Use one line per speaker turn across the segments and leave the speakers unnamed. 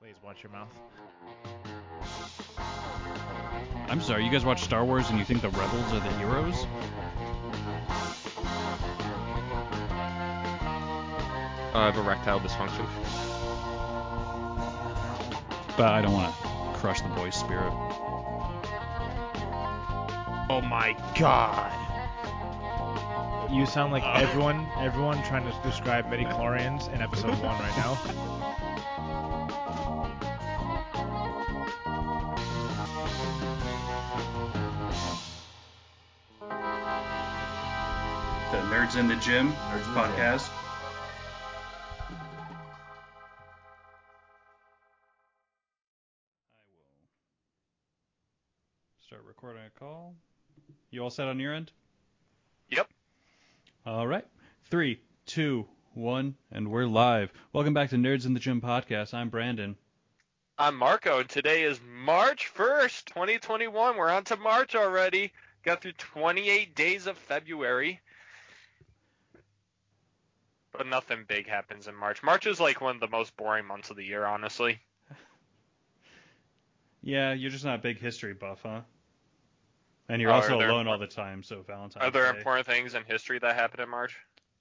Please watch your mouth.
I'm sorry, you guys watch Star Wars and you think the rebels are the heroes?
I have uh, erectile dysfunction.
But I don't want to crush the boy's spirit.
Oh my god. You sound like everyone everyone trying to describe midichlorians in episode 1 right now.
The Nerds in the Gym, Nerds Podcast.
I will start recording a call. You all set on your end?
Yep.
All right. Three, two, one, and we're live. Welcome back to Nerds in the Gym podcast. I'm Brandon.
I'm Marco, and today is March 1st, 2021. We're on to March already. Got through 28 days of February. But nothing big happens in March. March is like one of the most boring months of the year, honestly.
Yeah, you're just not a big history buff, huh? And you're
Oh,
also
are there
alone all the time, so Valentine's
Are there
Day.
important things in history that happened in March?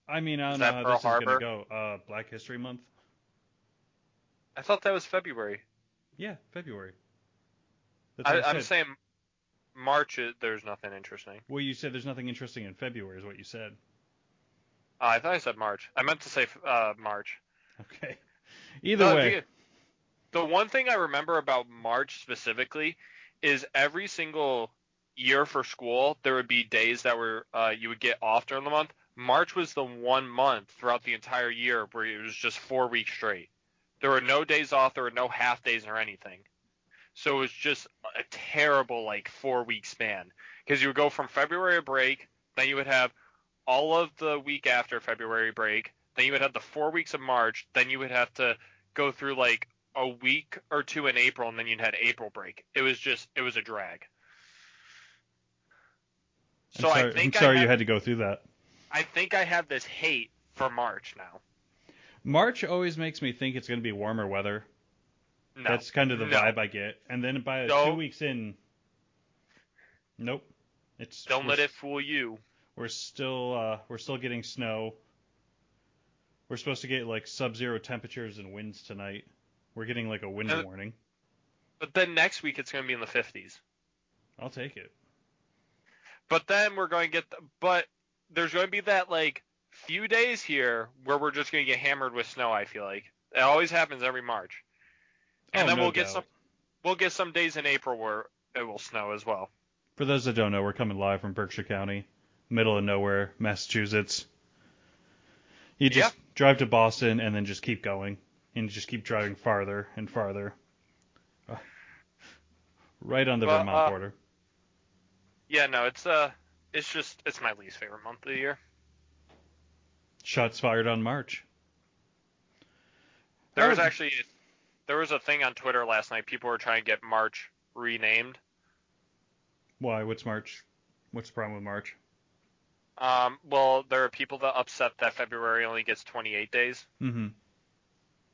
I mean, I
Is
don't
that
know
Pearl
how this is
Harbor?
going to go. Uh, Black History Month?
I thought that was February.
Yeah, February. That's
I,
what I
I'm
said.
saying March, is, there's nothing interesting.
Well, you said there's nothing interesting in February, is what you said.
Oh, I thought I said March. I meant to say uh, March.
Okay. Either
No,
way,
the- Uh, The one thing I remember about March specifically is every single year for school there would be days that were uh, you would get off during the month. March was the one month throughout the entire year where it was just four weeks straight. There were no days off. There were no half days or anything. So it was just a terrible like four week span because you would go from February break, then you would have all of the week after February break, then you would have the four weeks of March, then you would have to go through like a week or two in April, and then you'd had April break. It was just it was a drag.
I'm
So
sorry,
I think
I'm sorry
I
you
have,
had to go through that.
I think I have this hate for March now.
March always makes me think it's going to be warmer weather.
No.
That's kind of the
No.
vibe I get. And then by
No.
two weeks in, nope, it's
Don't
we're,
let it fool you.
We're still uh, we're still getting snow. We're supposed to get like sub-zero temperatures and winds tonight. We're getting like a wind
Uh,
warning.
But then next week it's going to be in the 50s.
I'll take it.
But then we're going to get, the, but there's going to be that like few days here where we're just going to get hammered with snow. I feel like it always happens every March, and
Oh,
then
no
we'll get
doubt.
some, we'll get some days in April where it will snow as well.
For those that don't know, we're coming live from Berkshire County, middle of nowhere, Massachusetts. You just drive to Boston and then just keep going and just keep driving farther and farther. Uh, right on the
Well,
Vermont
uh,
border.
Yeah, no, it's uh, it's just it's my least favorite month of the year.
Shots fired on March.
There was
Oh.
actually there was a thing on Twitter last night. People were trying to get March renamed.
Why? What's March? What's the problem with March?
Um, well, there are people that upset that February only gets 28 days,
Mm-hmm.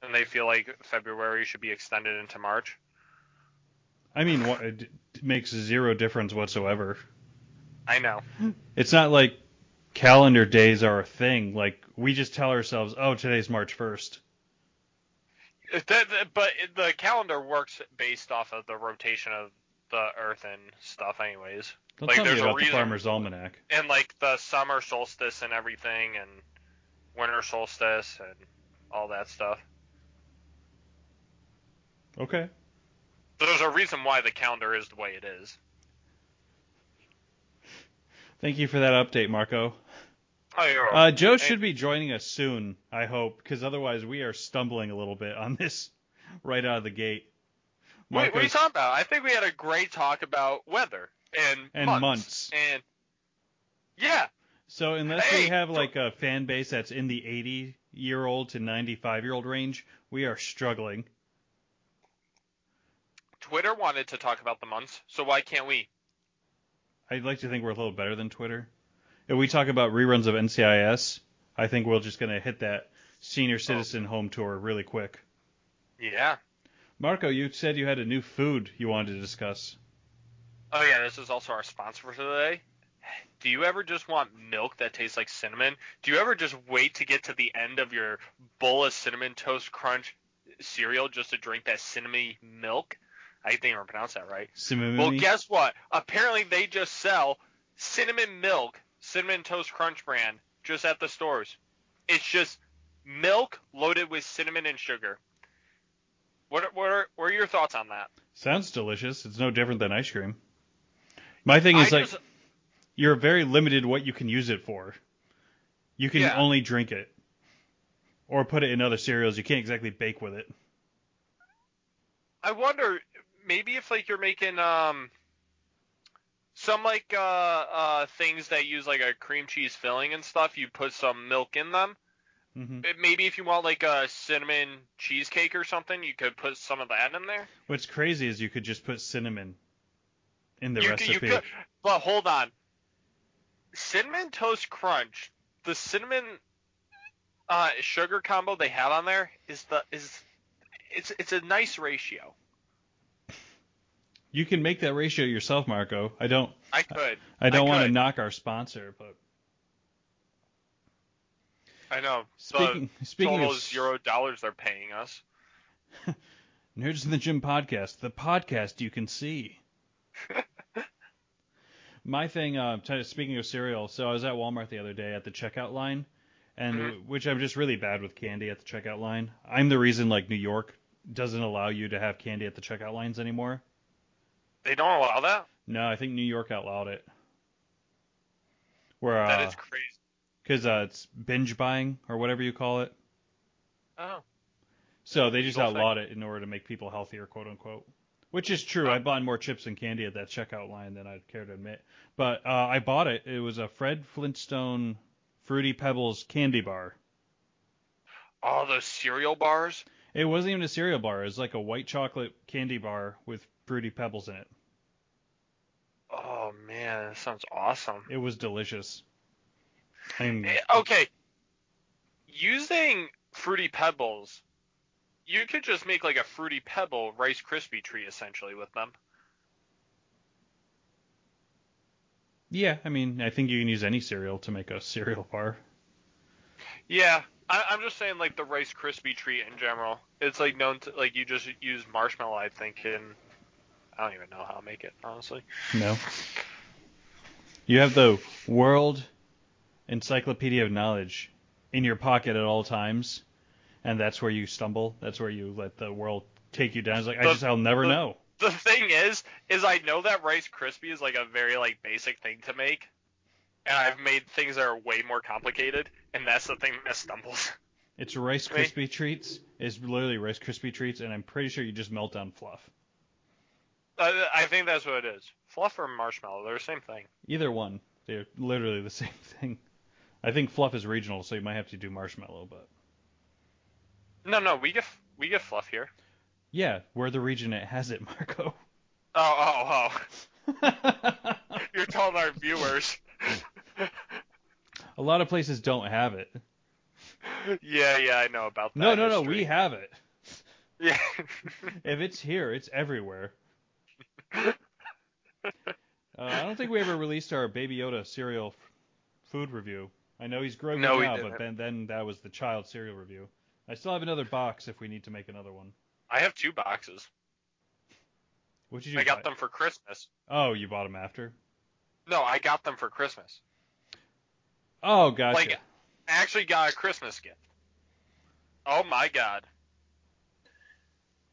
and they feel like February should be extended into March.
I mean, what, it d- makes zero difference whatsoever.
I know.
It's not like calendar days are a thing. Like, we just tell ourselves, oh, today's March 1st.
If that- that- but it- the calendar works based off of the rotation of the Earth and stuff, anyways.
Don't
Like,
tell me
there's a
about the
reason-
Farmer's Almanac.
And like the summer solstice and everything, and winter solstice and all that stuff.
Okay.
So there's a reason why the calendar is the way it is.
Thank you for that update, Marco.
Oh, you're
Uh, Joe should be joining us soon, I hope, because otherwise we are stumbling a little bit on this right out of the gate.
Wait, what are you
Marco's-
talking about? I think we had a great talk about weather and
And
months.
months.
and yeah,
so unless we
Hey,
have
for-
like a fan base that's in the 80 year old to 95 year old range, we are struggling.
Twitter wanted to talk about the months, so why can't we?
I'd like to think we're a little better than Twitter. If we talk about reruns of NCIS, I think
Oh.
we're just gonna hit that senior citizen home tour really quick.
Yeah,
Marco, you said you had a new food you wanted to discuss.
Oh yeah, this is also our sponsor for today. Do you ever just want milk that tastes like cinnamon? Do you ever just wait to get to the end of your bowl of cinnamon toast crunch cereal just to drink that cinnamony milk? I didn't even pronounce that right.
Simimi.
Well, guess what? Apparently they just sell cinnamon milk, cinnamon toast crunch brand, just at the stores. It's just milk loaded with cinnamon and sugar. What are- what are, what are your thoughts on that?
Sounds delicious. It's no different than ice cream. My thing is
I
like
just-
you're very limited what you can use it for. You can
Yeah.
only drink it or put it in other cereals. You can't exactly bake with it.
I wonder maybe if like you're making um some like uh uh things that use like a cream cheese filling and stuff, you put some milk in them.
hmm
It- Maybe if you want like a cinnamon cheesecake or something, you could put some of that in there.
What's crazy is you could just put cinnamon in the
you, could-
recipe.
you could, but hold on. Cinnamon toast crunch, the cinnamon uh sugar combo they have on there is the is it's it's a nice ratio.
You can make that ratio yourself, Marco. I don't.
I could.
I don't want to
could.
knock our sponsor, but
I know. the-
speaking speaking
total
of
zero dollars they're paying us.
Nerds in the Gym podcast, the podcast you can see. My thing, uh, t- speaking of cereal, so I was at Walmart the other day at the checkout line, and
Mm-hmm.
which I'm just really bad with candy at the checkout line. I'm the reason like New York doesn't allow you to have candy at the checkout lines anymore.
They don't allow that.
No, I think New York outlawed it. Where
that is
because
crazy.
uh, it's binge buying or whatever you call it.
Oh,
So they just
Whole thing.
outlawed it in order to make people healthier, quote unquote. Which is true. I bought more chips and candy at that checkout line than I'd care to admit. But uh, I bought it. It was a Fred Flintstone Fruity Pebbles candy bar.
all those cereal bars.
It wasn't even a cereal bar. It was like a white chocolate candy bar with Fruity Pebbles in it.
Oh man, that sounds awesome.
It was delicious. I mean,
Eh, Okay, using fruity pebbles, you could just make like a fruity pebble Rice Krispie tree essentially with them.
yeah, I mean, I think you can use any cereal to make a cereal bar.
Yeah, I, I'm just saying like the Rice Krispie tree in general. It's like known to like you just use marshmallow. I think and I don't even know how to make it honestly.
No. You have the World Encyclopedia of Knowledge in your pocket at all times, and that's where you stumble. That's where you let the world take you down. It's like I
The-
just I'll never
the-
know.
the thing is, is I know that Rice Krispie is like a very like basic thing to make, and I've made things that are way more complicated, and that's the thing that stumbles.
It's Rice
Wait.
Krispie treats. It's literally Rice Krispie treats, and I'm pretty sure you just melt down fluff.
I, I think that's what it is. Fluff or marshmallow, they're the same thing.
Either one, they're literally the same thing. I think fluff is regional, so you might have to do marshmallow, but
No, no, we get we get fluff here.
yeah, we're the region it has it, Marco.
Oh, oh, oh! You're telling our viewers.
A lot of places don't have it.
yeah, yeah, I know about that.
No, no, no,
history.
we have it.
Yeah.
If it's here, it's everywhere. Uh, I don't think we ever released our Baby Yoda cereal f- food review. I know he's growing
No, we
now,
didn't.
but then then that was the child cereal review. I still have another box if we need to make another one.
I have two boxes.
What did you?
I got
buy?
them for Christmas.
Oh, you bought them after.
No, I got them for Christmas.
Oh, gotcha.
Like, I actually got a Christmas gift. Oh my god.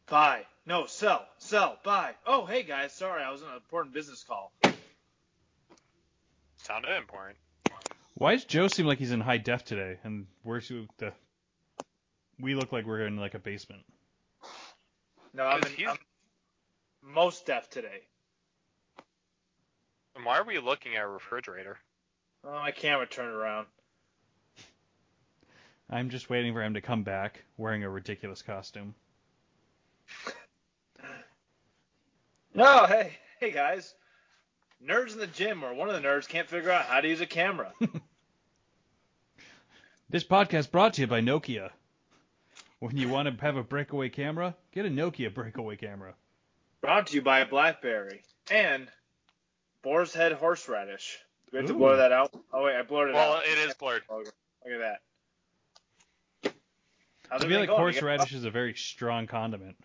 Buy. No, sell. Sell. Buy. Oh, hey guys, sorry, I was on an important business call.
Sounded important.
Why does Joe seem like he's in high def today, and we're so- the we look like we're in like a basement?
No, I'm,
Is
in,
he-
I'm most deaf today.
And why are we looking at a refrigerator?
Oh, my camera turned around.
I'm just waiting for him to come back wearing a ridiculous costume.
No, Oh, hey, hey guys. Nerds in the gym, or one of the nerds can't figure out how to use a camera.
This podcast brought to you by Nokia. When you want to have a breakaway camera, get a Nokia breakaway camera.
Brought to you by BlackBerry and Boar's Head Horseradish. Do we have to
Ooh.
blur that out? Oh wait, I blurred it
Well,
out.
it is blurred.
Look at that. How's
I feel
everything
like
going?
horseradish is a very strong condiment.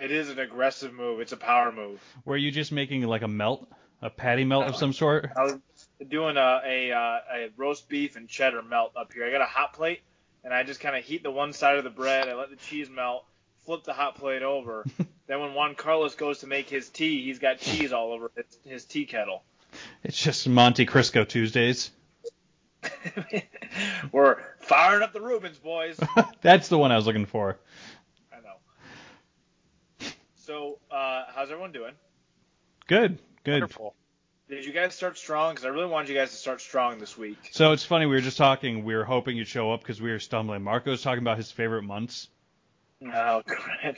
It is an aggressive move. It's a power move.
Were you just making like a melt, a patty melt of some sort?
I was doing a a, uh, a roast beef and cheddar melt up here. I got a hot plate, and I just kind of heat the one side of the bread. I let the cheese melt, flip the hot plate over. then when Juan Carlos goes to make his tea, he's got cheese all over his, his tea kettle.
It's just Monte Crisco Tuesdays.
We're firing up the Rubens, boys.
That's the one I was looking for.
I know. So, uh, how's everyone doing?
Good, good.
Wonderful.
Did you guys start strong? Because I really wanted you guys to start strong this week.
So it's funny. We were just talking. We were hoping you'd show up because we were stumbling. Marco was talking about his favorite months.
Oh, crap.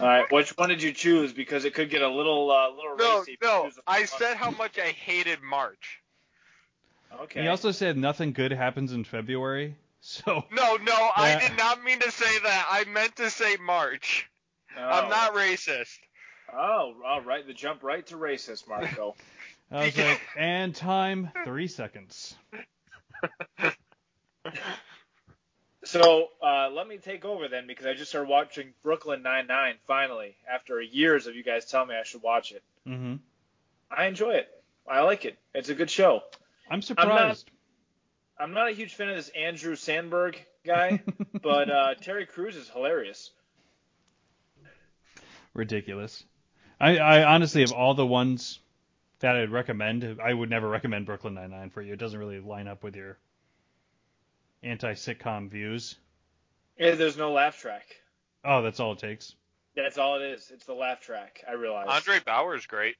All right, which one did you choose? Because it could get a little, uh, little
No,
racy. if you
no.
choose the
I
wrong
said how much I hated March.
one. Okay.
He also said nothing good happens in February. So
No, no. I
Yeah.
did not mean to say that. I meant to say March.
Oh.
I'm not racist.
Oh, all right. The jump right to racist, Marco.
I was like, and time three seconds.
so uh, let me take over then, because I just started watching Brooklyn Nine Nine finally after years of you guys telling me I should watch it.
hmm
I enjoy it. I like it. It's a good show.
I'm surprised.
I'm not a huge fan of this Andrew Sandberg guy, but uh, Terry Crews is hilarious.
Ridiculous. I, I honestly, of all the ones that I'd recommend, I would never recommend Brooklyn Nine Nine for you. It doesn't really line up with your anti-sitcom views.
Yeah, there's no laugh track.
Oh, that's all it takes.
That's all it is. It's the laugh track. I realize.
Andre Bauer's great.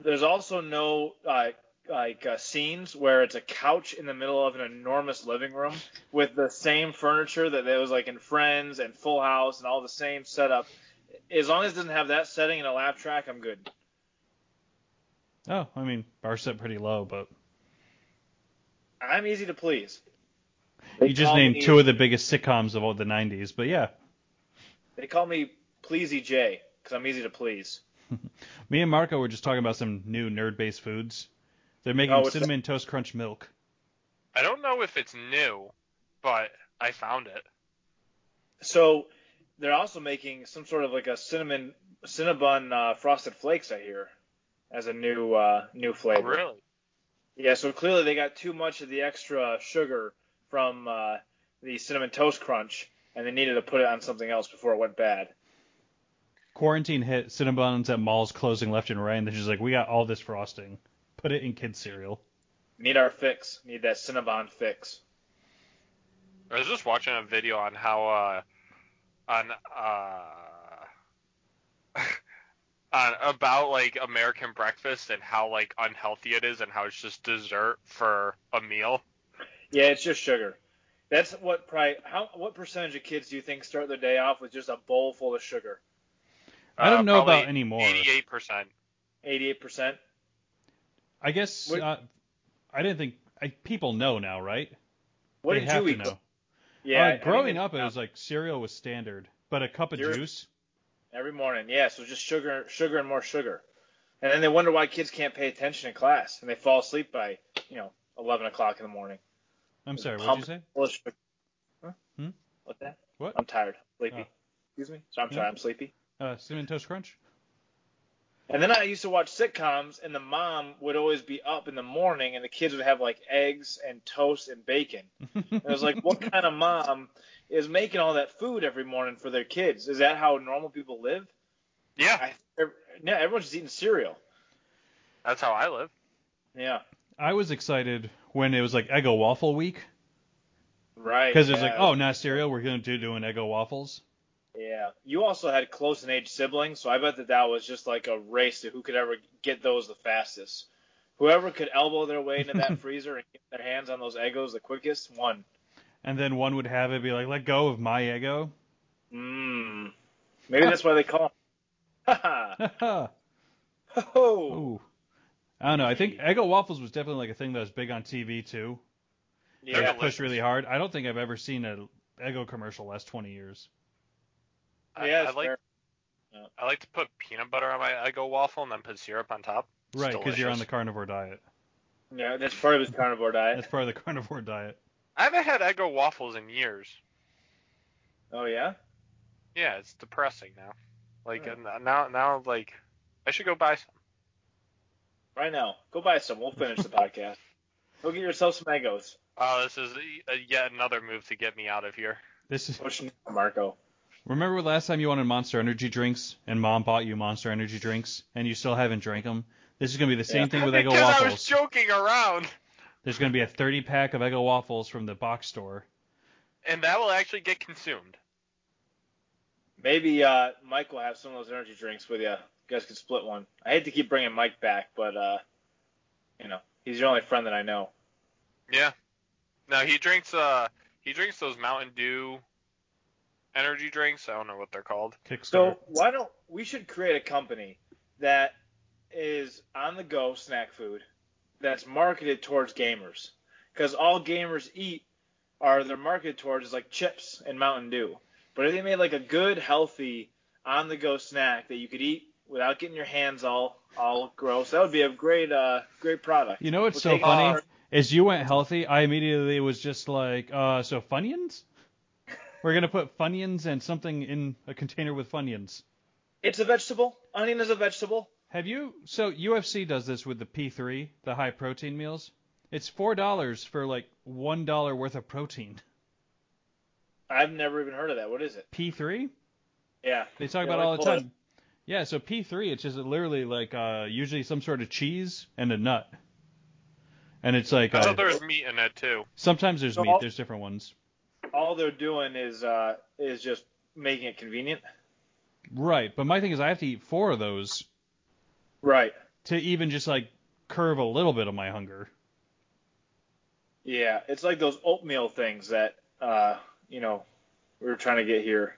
There's also no uh, like uh, scenes where it's a couch in the middle of an enormous living room with the same furniture that there was like in Friends and Full House and all the same setup. As long as it doesn't have that setting and a laugh track, I'm good.
Oh, I mean, bar set pretty low, but
I'm easy to please.
you just named two of the biggest sitcoms of all the '90s. But yeah,
They call me Pleasy J because I'm easy to please.
me and Marco were just talking about some new nerd-based foods. They're making
Oh, what's that?
cinnamon toast crunch milk.
I don't know if it's new, but I found it.
So they're also making some sort of like a cinnamon cinnabon uh, frosted flakes, I hear, as a new uh, new flavor.
Oh, Really?
Yeah, so clearly they got too much of the extra sugar from uh, the cinnamon toast crunch, and they needed to put it on something else before it went bad.
Quarantine hit, Cinnabons at malls closing left and right, and they're just like, we got all this frosting. Put it in kids cereal.
Need our fix. Need that Cinnabon fix.
I was just watching a video on how uh on uh on about like American breakfast and how like unhealthy it is and how it's just dessert for a meal.
Yeah, it's just sugar. That's what probably how what percentage of kids do you think start their day off with just a bowl full of sugar?
I don't know about anymore.
Uh, Eighty-eight percent.
Eighty-eight percent.
I guess
Wait.
uh, I didn't think I, people know now, right?
What
they
did
have
you eat?
to know.
Yeah,
Uh,
I- I
growing
think
up, it
it's-
was like cereal was standard, but a cup of
You're-
juice.
every morning. Yeah, so just sugar, sugar and more sugar. And then they wonder why kids can't pay attention in class and they fall asleep by you know eleven o'clock in the morning.
I'm sorry, what did you
pumped
say?
full of sugar. Huh?
Hmm?
What that?
What?
I'm tired. Sleepy.
Oh.
Excuse me. So I'm
Yeah.
sorry. I'm sleepy.
Uh, cinnamon toast crunch.
And then I used to watch sitcoms, and the mom would always be up in the morning, and the kids would have like eggs and toast and bacon. And I was like, what kind of mom is making all that food every morning for their kids? Is that how normal people live?
Yeah,
I, ev- yeah, everyone's just eating cereal.
that's how I live.
Yeah.
I was excited when it was like Eggo waffle week
Right.
because it was
yeah.
like, oh, not cereal. We're gonna do doing Eggo waffles.
Yeah. You also had close in age siblings, so I bet that that was just like a race to who could ever get those the fastest. Whoever could elbow their way into that freezer and get their hands on those Eggos the quickest won.
And then one would have it be like, let go of my Eggo.
Mmm. Maybe that's why they call 'em. Ha ha. Oh.
Ooh. I don't know. I think Eggo waffles was definitely like a thing that was big on TV too. It
Yeah.
was pushed really hard. I don't think I've ever seen a Eggo commercial lasts 20 years.
I-
yeah,
I,
it's
like
fair.
I like to put peanut butter on my Eggo waffel and then put syrup on top. It's
Right, because you're on the
delicious.
carnivore diet.
Yeah, that's part of his carnivore diet.
That's part of the carnivore diet.
I haven't had Eggo waffles in years.
Oh yeah.
Yeah, it's depressing now. Like
Yeah.
and now, now like I should go buy some.
Right now, go buy some. We'll finish the podcast. Go get yourself some Eggos.
Oh, this is a, yet another move to get me out of here.
This is.
Push Marco.
Remember last time you wanted Monster Energy drinks and Mom bought you Monster Energy drinks and you still haven't drank them? This is gonna be the same
Yeah.
thing with Eggo
because I was
waffles.
joking around,
There's gonna be a 30 pack of Eggo waffles from the box store.
and that will actually get consumed.
Maybe uh, Mike will have some of those energy drinks with you. You guys can split one. I hate to keep bringing Mike back, but uh, you know he's your only friend that I know.
Yeah. No, he drinks uh he drinks those Mountain Dew energy drinks. I don't know what they're called.
Kickstarter.
So why don't we should create a company that is on the go snack food that's marketed towards gamers because all gamers eat are they're marketed towards is like chips and Mountain Dew. But if they made like a good healthy on the go snack that you could eat without getting your hands all all gross, that would be a great uh great product.
you know what's
We'll
so
take
funny?
our-
Is you went healthy, I immediately was just like, uh, so Funyuns? We're gonna put Funyuns and something in a container with Funyuns.
It's a vegetable. Onion is a vegetable.
Have you? So UFC does this with the P3, the high protein meals. It's four dollars for like one dollar worth of protein.
I've never even heard of that. What is it?
P3?
Yeah.
They talk
Yeah, like
about it all the
bullet.
time. Yeah, so P3, it's just literally like uh, usually some sort of cheese and a nut. And it's like
I
uh,
thought there was meat in it too.
sometimes there's
So
meat,
all-
there's different ones.
All they're doing is uh is just making it convenient.
Right, but my thing is I have to eat four of those
Right.
to even just like curve a little bit of my hunger.
Yeah, it's like those oatmeal things that uh, you know we were trying to get here.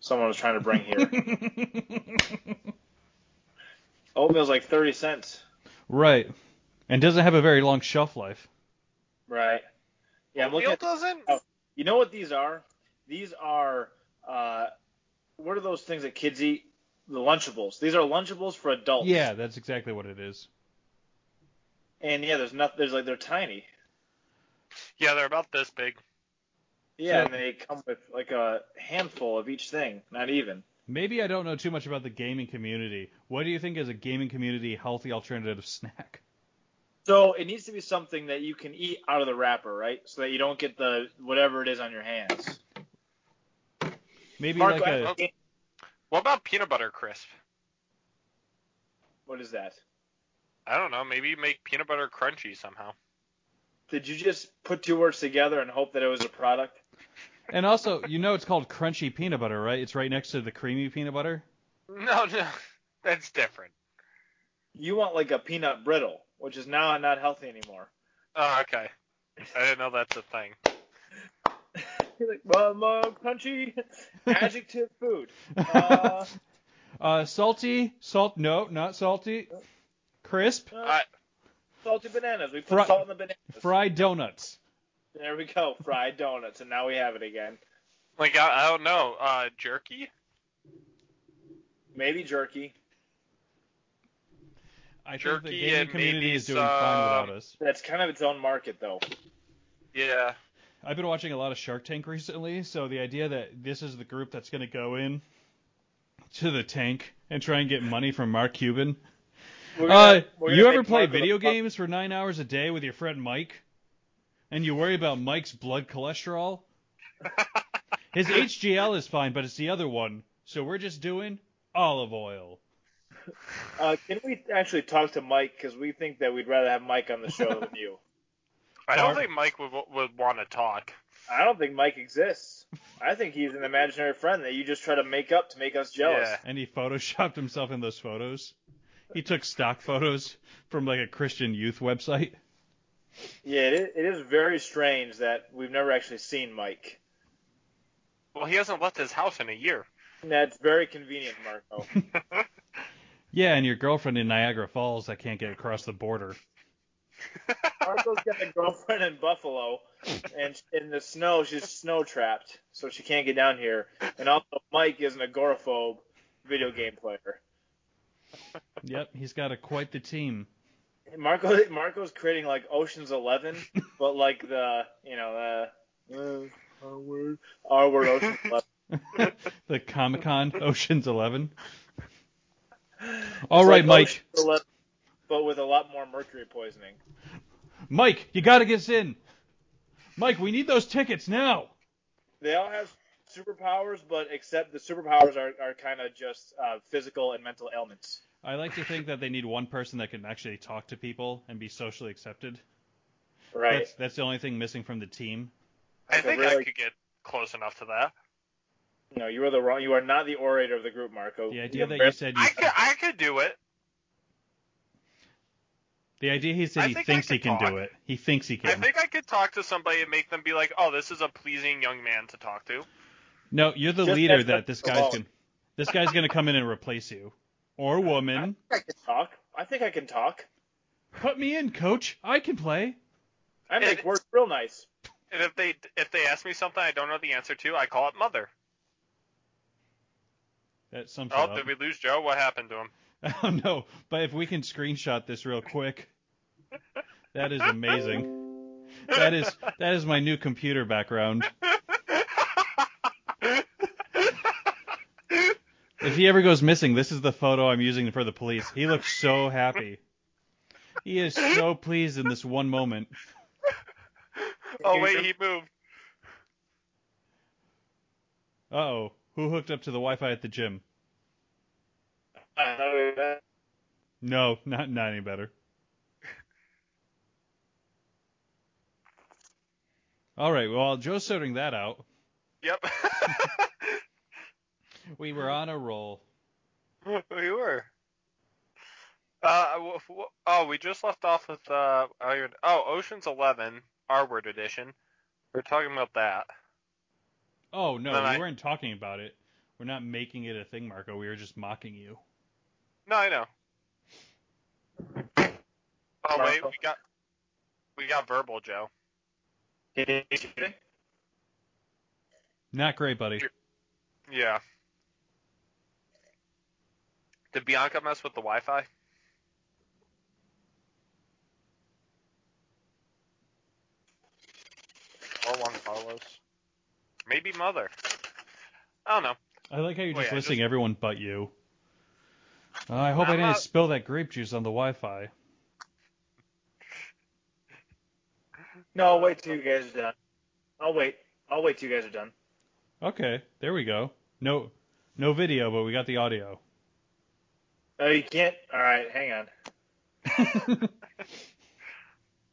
Someone was trying to bring here. Oatmeal's like thirty cents,
right. And doesn't have a very long shelf life.
right? Yeah, I'm looking.
Oatmeal
At,
doesn't.
Oh. you know what these are? These are uh, what are those things that kids eat? The Lunchables. These are Lunchables for adults.
Yeah, that's exactly what it is.
And yeah, there's nothing. There's like they're tiny.
Yeah, they're about this big.
Yeah,
So-
and they come with like a handful of each thing. Not even.
Maybe I don't know too much about the gaming community. What do you think is a gaming community healthy alternative snack?
So it needs to be something that you can eat out of the wrapper, right? So that you don't get the whatever it is on your hands.
Maybe
Marco,
like a
okay. What about peanut butter crisp?
what is that?
I don't know. Maybe make peanut butter crunchy somehow.
Did you just put two words together and hope that it was a product?
And also, you know it's called crunchy peanut butter, right? It's right next to the creamy peanut butter.
No, no, that's different.
You want like a peanut brittle, which is now not healthy anymore.
Oh, okay. I didn't know that's a thing.
You're like, well, more crunchy adjective food. Uh,
Uh, salty, salt, no, not salty. Crisp,
uh, salty bananas. We put
Fri-
salt in the bananas.
fried donuts.
there we go. Fried donuts, and now we have it again.
Like I, I don't know. Uh, jerky?
Maybe jerky.
I think the
Jerky
gaming
and
community
maybe
is doing
some-
fine without us.
That's kind of its own market, though.
Yeah.
I've been watching a lot of Shark Tank recently, so the idea that this is the group that's going to go in to the tank and try and get money from Mark Cuban.
We're
Uh,
gonna- we're gonna
you ever
make
play
Marco the
video
fuck-
games for nine hours a day with your friend Mike, and you worry about Mike's blood cholesterol? His HGL is fine, but it's the other one, so we're just doing olive oil.
Uh, can we actually talk to Mike? Because we think that we'd rather have Mike on the show than you.
I don't
Or-
think Mike would would want to talk.
I don't think Mike exists. I think he's an imaginary friend that you just try to make up to make us jealous.
Yeah.
And he photoshopped himself in those photos. He took stock photos from like a Christian youth website.
Yeah, it is, it is very strange that we've never actually seen Mike.
Well, he hasn't left his house in a year.
That's very convenient, Marco.
Yeah, and your girlfriend in Niagara Falls that can't get across the border.
Marco's got a girlfriend in Buffalo, and in the snow, she's snow trapped, so she can't get down here. And also, Mike is an agoraphobe video game player.
Yep, he's got a quite the team.
Marco Marco's creating like Ocean's Eleven, but like the you know the uh, R word R word Ocean's Eleven.
the Comic Con Ocean's Eleven. All right,
Like oh, Ocean's
Mike.
11, but with a lot more mercury poisoning.
Mike, you gotta get us in. Mike, we need those tickets now.
They all have superpowers, but except the superpowers are, are kind of just uh, physical and mental ailments.
I like to think that they need one person that can actually talk to people and be socially accepted.
Right.
That's, that's the only thing missing from the team.
I
Like a
think I
really-
could get close enough to that.
No, you are the wrong. You are not the orator of the group, Marco.
The
You're
idea that you
embarrassed-
said you,
I could, I could do it.
the idea he said
I
he
think I
thinks he
could
can
talk.
do it. He thinks he
I
can.
think I could talk to somebody and make them be like, "Oh, this is a pleasing young man to talk to."
No, you're the
Just
leader
that's
that this
the
guy's
law.
gonna this guy's gonna come in and replace you. Or woman.
I can talk. I think I can talk.
Put me in, coach. I can play.
I make
It-
work real nice.
And if they if they ask me something I don't know the answer to, I call it mother.
That sums it
Oh,
up.
did we lose Joe? What happened to him?
I don't know, but if we can screenshot this real quick, that is amazing. That is that is my new computer background. If he ever goes missing, this is the photo I'm using for the police. He looks so happy. He is so pleased in this one moment.
Oh wait, he moved.
Uh oh, who hooked up to the Wi-Fi at the gym?
I know that.
No, not not any better. All right, well, Joe's sorting that out.
Yep.
We were on a roll.
we were. Uh, w- w- oh, we just left off with uh, Iron- oh, Ocean's Eleven, R word edition. We're talking about that.
Oh no,
Then
we
I-
weren't talking about it. We're not making it a thing, Marco. We were just mocking you.
No, I know. Oh wait, we got we got verbal, Joe.
Not great, buddy.
Yeah. Did Bianca mess with the Wi-Fi? Or Juan Carlos? Maybe Mother. I don't know.
I like how you're
Wait,
just
I
listing everyone but you. Uh, I hope I
I'm
didn't
not-
spill that grape juice on the Wi-Fi.
No, wait till you guys are done. I'll wait. I'll wait till you guys are done.
Okay, there we go. No, no video, but we got the audio.
No, Oh, you can't. All right, hang on.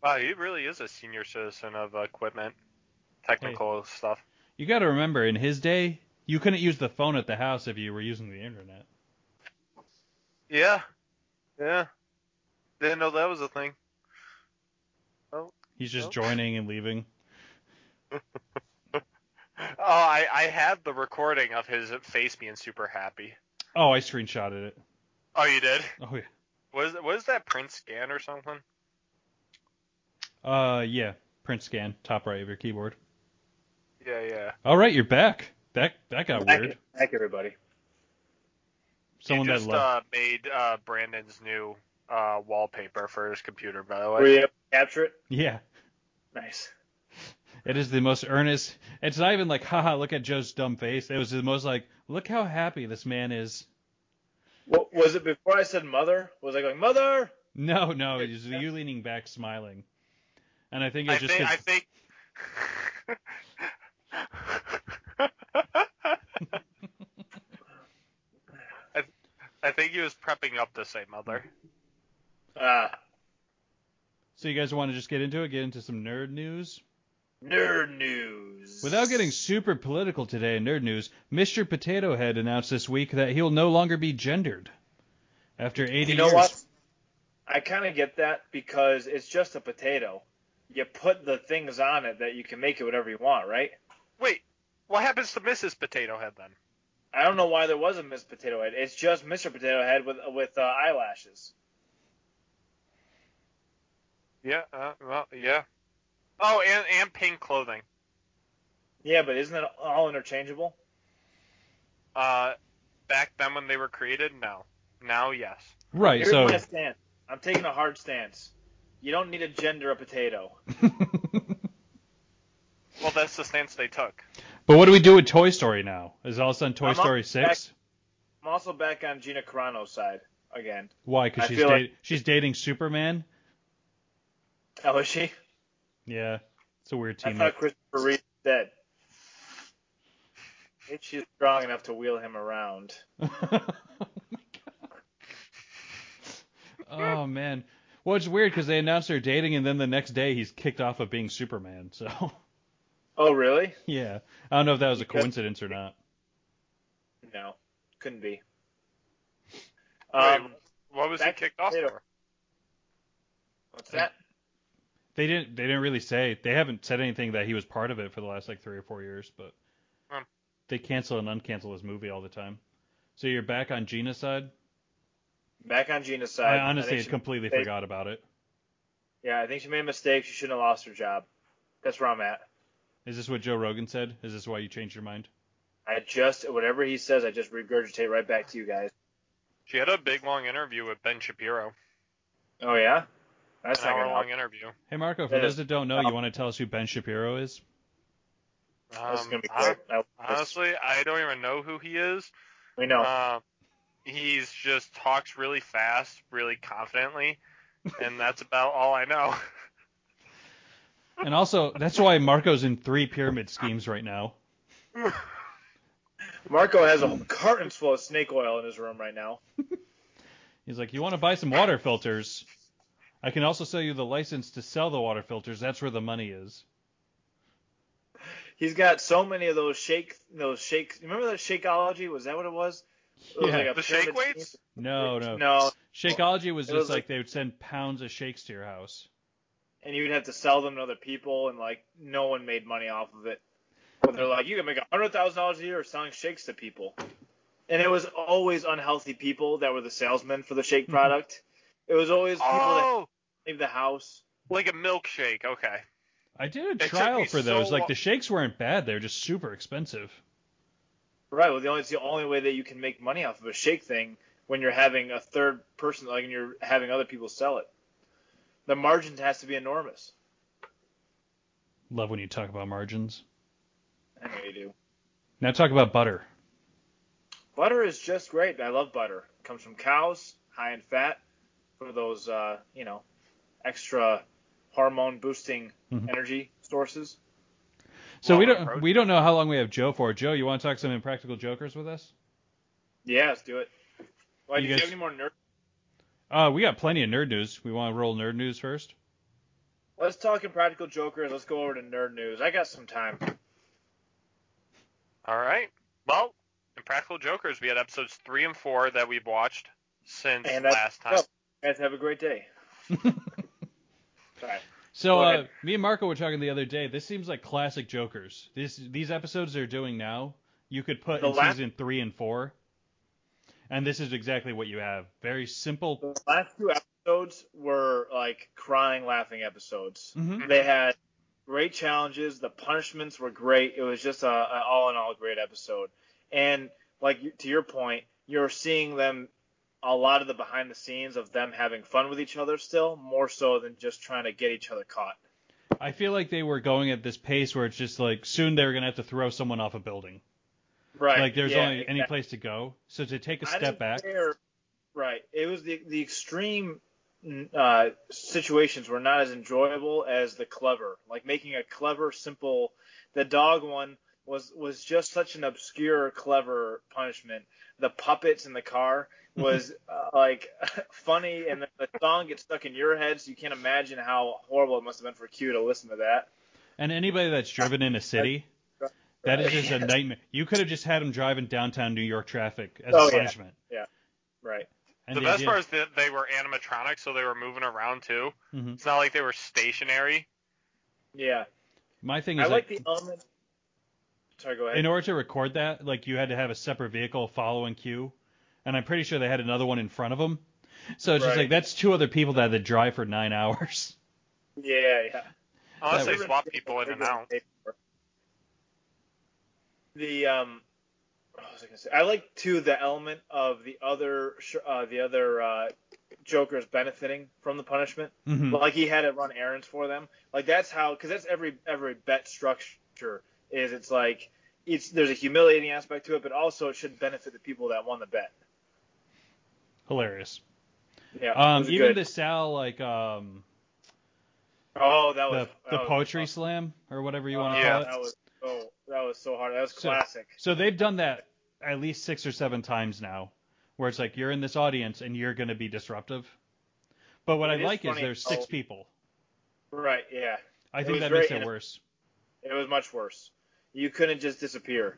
Wow, he really is a senior citizen of equipment, technical stuff.
you got to remember, in his day, you couldn't use the phone at the house if you were using the internet.
Yeah. Yeah. Didn't know that was a thing.
He's just
Nope.
joining and leaving.
Oh, I, I had the recording of his face being super happy.
Oh, I screenshotted it.
Oh, you did?
Oh yeah.
Was was that print scan or something?
Uh, yeah. Print scan, top right of your keyboard.
Yeah, yeah.
All right, you're back. That that got weird.
Thank everybody.
Someone
he just,
that left.
Uh, made uh, Brandon's new uh, wallpaper for his computer, by the way.
Were you able to capture it?
Yeah,
Nice.
it is the most earnest. It's not even like, haha, look at Joe's dumb face. It was the most like, look how happy this man is.
What was it before I said mother? Was I going mother?
No, no, it was you leaning back, smiling. And I think
I
it's just
think, I
'cause
think. I, I think he was prepping up to say mother.
Ah,
so you guys want to just get into it, get into some nerd news.
nerd news.
Without getting super political today in nerd news, Mr. Potato Head announced this week that he'll no longer be gendered. After 80
you know
years,
what? I kind of get that because it's just a potato. You put the things on it that you can make it whatever you want, right?
Wait, what happens to Mrs. Potato Head then?
I don't know why there was a Miss Potato Head. It's just Mr. Potato Head with with uh, eyelashes.
Yeah. Uh, well, yeah. Oh, and and pink clothing.
Yeah, but isn't it all interchangeable?
Uh, back then when they were created, no. Now, yes.
Right.
Here's
So
my stance. I'm taking a hard stance. You don't need to gender a potato.
Well, that's the stance they took.
But what do we do with Toy Story now? Is all of a sudden Toy
I'm up-
Story six?
I'm also back on Gina Carano's side again.
Why? Because
I
she's
feel
da-
like-
she's dating Superman.
Oh, is she?
Yeah, it's a weird
I
team.
thought Christopher Reeve was dead. Maybe she's strong enough to wheel him around.
oh man. Well, it's weird because they announced they're dating, and then the next day he's kicked off of being Superman. So
Oh, really?
yeah, I don't know if that was a
Because-
coincidence or not.
No, couldn't be.
Wait,
Um,
what was he
back to
kicked off
potato.
for?
what's that?
They didn't. They didn't really say. They haven't said anything that he was part of it for the last like three or four years. But
Hmm.
they cancel and uncancel his movie all the time. So you're back on Gina's side.
Back on Gina's side.
I
think
honestly
she-
had completely
Uh, they-
forgot about it.
Yeah, I think she made a mistake. She shouldn't have lost her job. That's where I'm at.
Is this what Joe Rogan said? Is this why you changed your mind?
I just whatever he says, I just regurgitate right back to you guys.
She had a big long interview with Ben Shapiro.
Oh yeah, that's
An
not
hour
gonna
long
help.
interview.
Hey Marco, for
Yeah.
those that don't know, you want to tell us who Ben Shapiro is?
This is
Um,
gonna be
I-
great. I-
honestly, I don't even know who he is.
we know.
Uh, he's just talks really fast, really confidently, and that's about all I know.
And also, that's why Marco's in three pyramid schemes right now.
Marco has a cartons full of snake oil in his room right now.
He's like, "You want to buy some water filters? I can also sell you the license to sell the water filters. That's where the money is."
He's got so many of those shake, those shake. Remember that shakeology? Was that what it was? It was
Yeah.
like a
The shake
pyramid
weights?
scheme.
No, no.
No,
Shakeology was
It
just
was
like,
like-
they would send pounds of shakes to your house.
and you'd have to sell them to other people, and like no one made money off of it. But they're like, you can make a hundred thousand dollars a year selling shakes to people, and it was always unhealthy people that were the salesmen for the shake product. it was always people
oh,
that leave the house.
like a milkshake. Okay.
I did a
took
trial
me
for
so
those. like
long-
the shakes weren't bad; they were just super expensive.
Right. Well, the only it's the only way that you can make money off of a shake thing when you're having a third person, like, and you're having other people sell it. The margin has to be enormous.
Love when you talk about margins.
I know you do.
Now talk about butter.
Butter is just great. I love butter. It comes from cows, high in fat, for those, uh, you know, extra hormone boosting
Mhm.
energy sources.
So we
Well,
don't
approach.
we don't know how long we have Joe for. Joe, you want to talk some impractical jokers with us?
Yeah, let's do it. Why,
You
do you
guys-
have any more nerd?
Uh, we got plenty of nerd news. We want to roll nerd news first.
Let's talk in Practical Jokers. Let's go over to nerd news. I got some time.
All right. Well, in Practical Jokers, we had episodes three and four that we've watched since
And that's-
last time.
oh. You guys have a great day. All right.
So
Go
uh,
ahead.
me and Marco were talking the other day. This seems like classic Jokers. This these episodes they're doing now, you could put
The
in
last-
season three and four. And this is exactly what you have. Very simple.
The last two episodes were like crying, laughing episodes.
Mhm.
They had great challenges. The punishments were great. It was just a, a all in all great episode. And like you- to your point, you're seeing them a lot of the behind the scenes of them having fun with each other still, more so than just trying to get each other caught.
I feel like they were going at this pace where it's just like soon they were gonna have to throw someone off a building.
Right.
Like there's
yeah,
only
exactly.
any place to go. So to take a
I
step
didn't
back.
care- Right. It was the the extreme uh, situations were not as enjoyable as the clever. Like making a clever, simple. The dog one was was just such an obscure, clever punishment. The puppets in the car was uh, like funny, and the, the song gets stuck in your head, so you can't imagine how horrible it must have been for Q to listen to that.
And anybody that's driven in a city, that is just a nightmare. You could have just had them driving downtown New York traffic as
Oh,
a
yeah.
punishment.
Right.
And
the
the
best
idea-
part is that they were animatronics, so they were moving around too.
Mhm.
It's not like they were stationary.
Yeah.
my thing
I
is
like the element. Sorry, go ahead.
in order to record that, like you had to have a separate vehicle following Q, and I'm pretty sure they had another one in front of them. So it's just
Right.
like that's two other people that had to drive for nine hours.
Yeah, yeah.
Unless
That
they swap people in and out.
The um, what was I gonna say? I like too the element of the other sh- uh, the other uh, Joker's benefiting from the punishment.
Mhm.
Like he had to run errands for them. Like that's how because that's every every bet structure is. It's like it's there's a humiliating aspect to it, but also it should benefit the people that won the bet.
Hilarious.
Yeah, it
Um,
was
even
good.
the Sal like um
oh that was
the, the
that was
poetry
awesome.
slam or whatever you want to
Oh,
call it.
That was so that was so hard. That was
So-
classic.
So they've done that at least six or seven times now, where it's like you're in this audience and you're going to be disruptive. But what
It
I
is
like is
funny
there's six
how-
people.
right? Yeah.
I
It
think
was
that
very
makes it
inno-
worse.
It was much worse. You couldn't just disappear.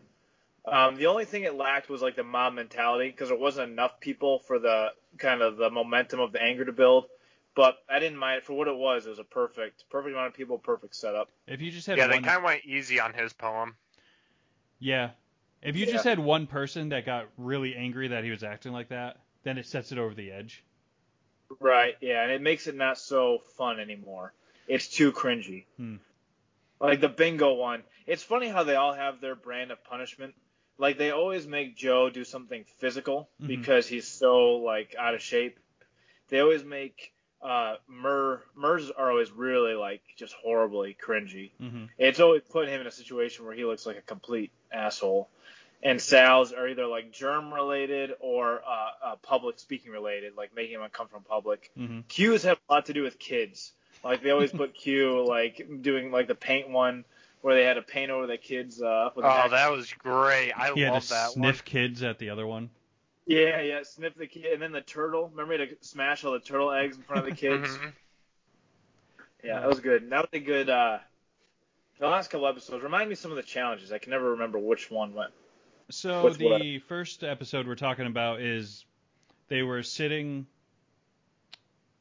Um, the only thing it lacked was like the mob mentality because there wasn't enough people for the kind of the momentum of the anger to build. But I didn't mind it for what it was. It was a perfect, perfect amount of people, perfect setup.
If you just had
Yeah, they
one,
kind of went easy on his poem.
yeah, if you just had one person that got really angry that he was acting like that, then it sets it over the edge.
Right. Yeah, and it makes it not so fun anymore. It's too cringy.
Hmm.
Like the bingo one. It's funny how they all have their brand of punishment. Like they always make Joe do something physical
Mhm.
because he's so like out of shape. They always make uh Mur Murs are always really like just horribly cringy.
hmm
It's always put him in a situation where he looks like a complete asshole. And Sal's are either like germ related or uh, uh, public speaking related, like making him uncomfortable in public.
hmm
Q's have a lot to do with kids. Like they always put Q like doing like the paint one where they had to paint over the kids. Uh, with
Oh, that was great. I
He had
love
to
that
sniff
one.
kids at the other one.
yeah, yeah. Sniff the kid, and then the turtle. Remember to smash all the turtle eggs in front of the kids.
Mhm.
yeah, that was good. That was a good. Uh, the last couple episodes remind me some of the challenges. I can never remember which one went.
So
What's what?
the first episode we're talking about is they were sitting.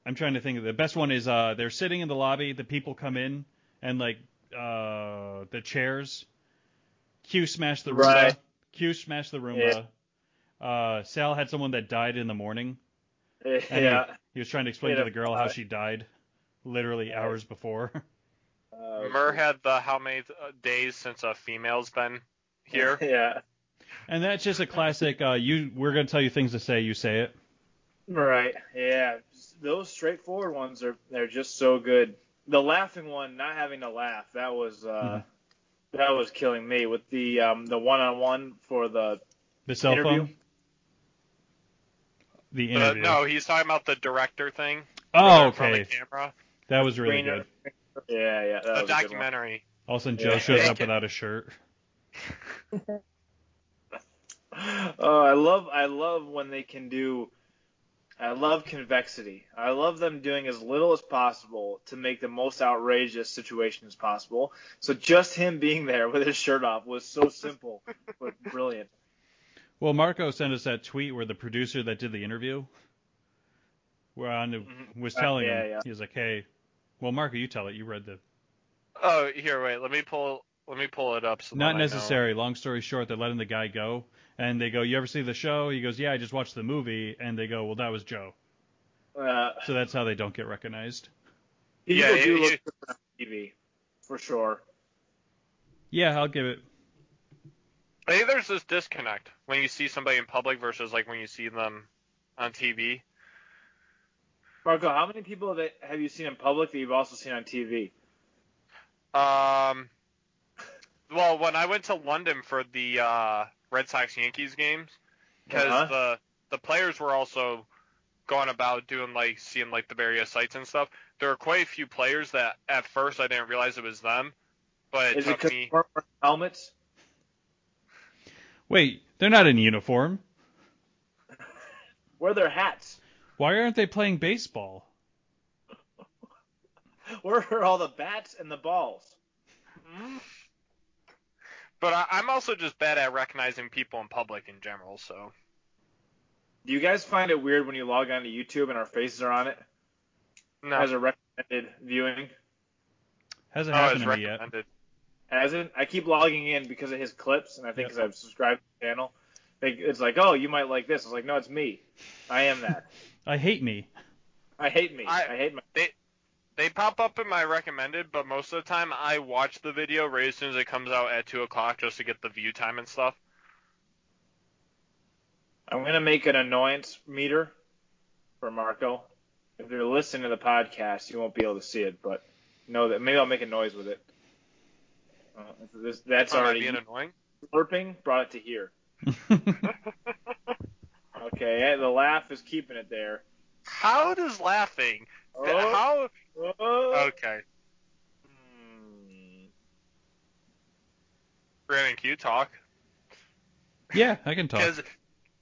I'm trying to think of the best one is uh, they're sitting in the lobby. The people come in and like uh, the chairs. Q smashed the Roomba.
Right.
Q smashed the Roomba. Uh, Sal had someone that died in the morning.
Mm-hmm.
And
Yeah.
He was trying to explain
Yeah,
to the girl how
uh,
she died, literally
Yeah.
hours before.
Uh,
Murr had the how many uh, days since a female's been here.
Yeah.
and that's just a classic. Uh, you we're gonna tell you things to say. You say it.
Right. Yeah. Those straightforward ones are they're just so good. The laughing one, not having to laugh, that was uh,
Mm-hmm.
that was killing me with the um, the one on one for the
The cell
Interview? Uh,
phone. The
The-
interview.
no, he's talking about the director thing.
Oh,
From the
okay.
camera.
That was really
Greener.
good.
yeah yeah that
The
was a good one.
documentary.
All of a sudden,
Yeah.
Joe shows
Thank
up
you.
without a shirt.
Oh, I love I love when they can do. I love convexity. I love them doing as little as possible to make the most outrageous situations possible. So just him being there with his shirt off was so simple but brilliant.
Well, Marco sent us that tweet where the producer that did the interview where on
Mhm.
was
Uh,
telling
yeah,
him,
yeah.
he was like, hey, well, Marco, you tell it. You read the.
Oh, here, wait. Let me pull. Let me pull it up. So that
Not
I know.
necessary. Long story short, they're letting the guy go. And they go, you ever see the show? He goes, yeah, I just watched the movie. And they go, well, that was Joe.
Uh,
So that's how they don't get recognized.
People
Yeah,
do
it-
look
it-
for that on TV, for sure.
Yeah, I'll give it.
I think there's this disconnect when you see somebody in public versus like when you see them on TV.
Marco, how many people that have you seen in public that you've also seen on TV?
Um, well, when I went to London for the uh, Red Sox Yankees games, because
Uh-huh.
the the players were also going about doing like seeing like the various sites and stuff. There were quite a few players that at first I didn't realize it was them, but it
Is it
took
because
me.
weren't wearing helmets?
Wait, they're not in uniform.
Where are their hats?
Why aren't they playing baseball?
Where are all the bats and the balls?
But I, I'm also just bad at recognizing people in public in general. So
Do you guys find it weird when you log on to YouTube and our faces are on it
no,
as a recommended viewing?
Hasn't
no Oh, it's
happened to me yet.
recommended.
As in, I keep logging in because of his clips, and I think because I've subscribed to the channel, they, it's like, oh, you might like this. It's like, no, it's me. I am that.
I hate me.
I hate me.
I-
I hate my.
They pop up in my recommended, but most of the time I watch the video right as soon as it comes out at two o'clock just to get the view time and stuff.
I'm gonna make an annoyance meter for Marco. If you're listening to the podcast, you won't be able to see it, but know that maybe I'll make a noise with it. Uh, this, that's
Am I
already
being annoying.
slurping. Brought it to here. Okay, eh, the laugh is keeping it there.
How does laughing? How?
oh.
Okay,
Hmm.
Brandon, can you talk?
yeah, I can talk.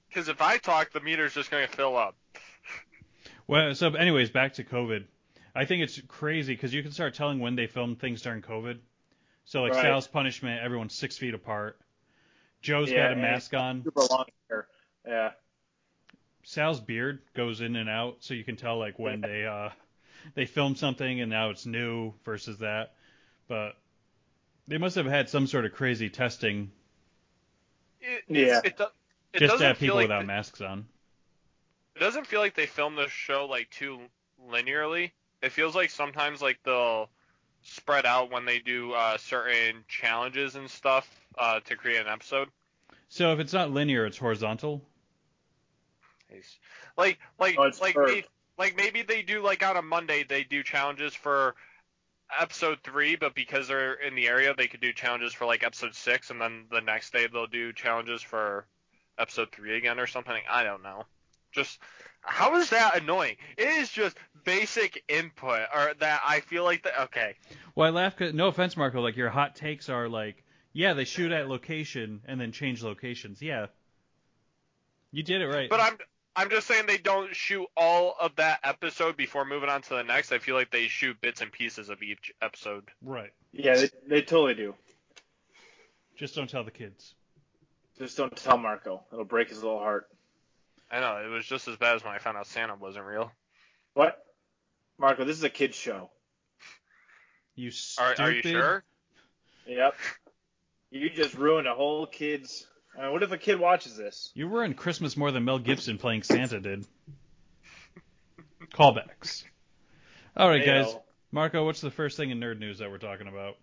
Because if I talk, the meter's just going to fill up.
Well, so anyways, back to COVID. I think it's crazy because you can start telling when they filmed things during COVID. So like
Right.
Sal's punishment, everyone's six feet apart. Joe's
Yeah,
got a
and-
mask on.
Super long hair. Yeah.
Sal's beard goes in and out, so you can tell like when they uh they filmed something and now it's new versus that. But they must have had some sort of crazy testing
It,
Yeah.
It, do- it
just to
doesn't
have
feel
people
like
without
the-
masks on.
it doesn't feel like they film the show like too linearly. It feels like sometimes like they'll spread out when they do uh, certain challenges and stuff uh, to create an episode.
So if it's not linear, it's horizontal.
Like like
Oh, it's
like
curved.
may- like maybe they do like on a Monday they do challenges for episode three, but because they're in the area they could do challenges for like episode six, and then the next day they'll do challenges for episode three again or something. I don't know. Just how is that annoying? It is just basic input, or that I feel like the okay.
Well, I laugh 'cause- no offense, Marco. Like your hot takes are like, yeah, they shoot at location and then change locations. Yeah, you did it right.
But I'm I'm just saying they don't shoot all of that episode before moving on to the next. I feel like they shoot bits and pieces of each episode.
right.
Yeah, they, they totally do.
Just don't tell the kids.
Just don't tell Marco. It'll break his little heart.
I know it was just as bad as when I found out Santa wasn't real.
What? Marco, this is a kid's show.
You
Are,
stupid.
are you sure?
Yep. You just ruined a whole kid's. I mean, what if a kid watches this?
You were in Christmas more than Mel Gibson playing Santa did. Callbacks. All right, guys.
Ayo.
Marco, what's the first thing in nerd news that we're talking about?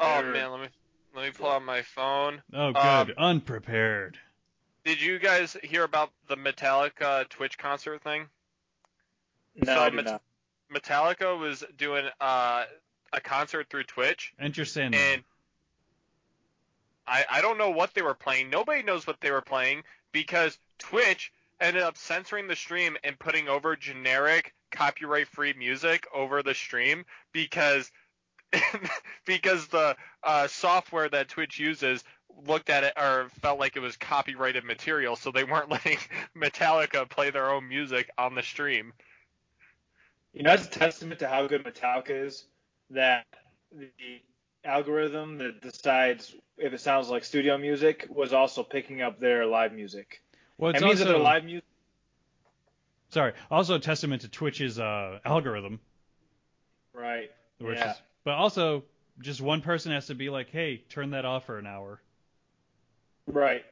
Oh
Sure.
man, let me let me pull out my phone.
Oh,
Um,
good. Unprepared.
Did you guys hear about the Metallica uh, Twitch concert thing?
No,
So
I did
Mat-
not.
Metallica was doing uh, a concert through Twitch,
Enter Sandman.
and I I don't know what they were playing. Nobody knows what they were playing because Twitch ended up censoring the stream and putting over generic copyright-free music over the stream because because the uh, software that Twitch uses looked at it or felt like it was copyrighted material, so they weren't letting Metallica play their own music on the stream.
You know, it's a testament to how good Metallica is that the algorithm that decides if it sounds like studio music was also picking up their live music.
well,
It
it's
that means that
also
their live music.
sorry. Also, a testament to Twitch's uh, algorithm.
Right.
Which
Yeah.
is, but also, just one person has to be like, hey, turn that off for an hour.
Right.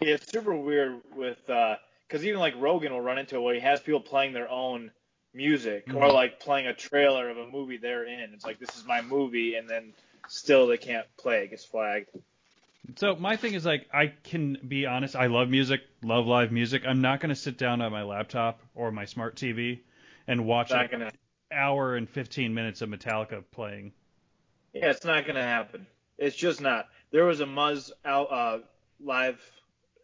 Yeah, it's super weird with because even like Rogan will run into it where he has people playing their own music or
Mhm.
like playing a trailer of a movie they're in. It's like this is my movie, and then still they can't play. It gets flagged.
So my thing is like, I can be honest. I love music, love live music. I'm not gonna sit down on my laptop or my smart TV and watch
It's not
an
gonna.
hour and 15 minutes of Metallica playing.
Yeah, it's not gonna happen. It's just not. There was a Muzz out, uh, live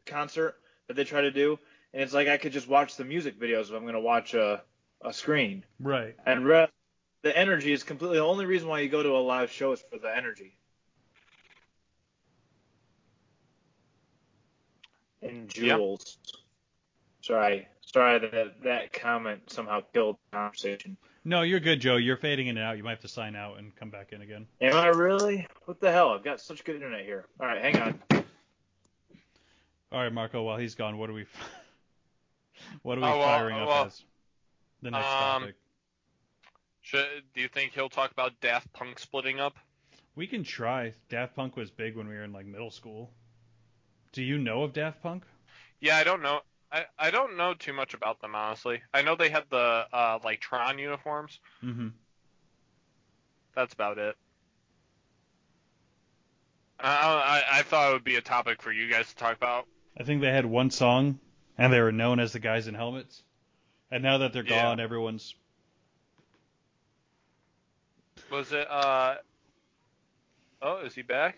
concert that they try to do, and it's like I could just watch the music videos if I'm gonna watch a a screen.
Right.
And re- the energy is completely the only reason why you go to a live show is for the energy. And
Yeah.
jewels. Sorry, sorry that that comment somehow killed the conversation.
No, you're good, Joe. You're fading in and out. You might have to sign out and come back in again.
Am I really? What the hell? I've got such good internet here. All right, hang on.
All right, Marco. While he's gone, what are we? what are we
Oh, well,
firing
oh,
up
well.
as? The next
Um,
topic.
Should, do you think he'll talk about Daft Punk splitting up?
We can try. Daft Punk was big when we were in like middle school. Do you know of Daft Punk?
Yeah, I don't know. I, I don't know too much about them honestly. I know they had the uh, like Tron uniforms.
Mm-hmm.
That's about it. I, I I thought it would be a topic for you guys to talk about.
I think they had one song, and they were known as the guys in helmets. And now that they're
Yeah.
gone, everyone's
Was it? Uh... Oh, is he back?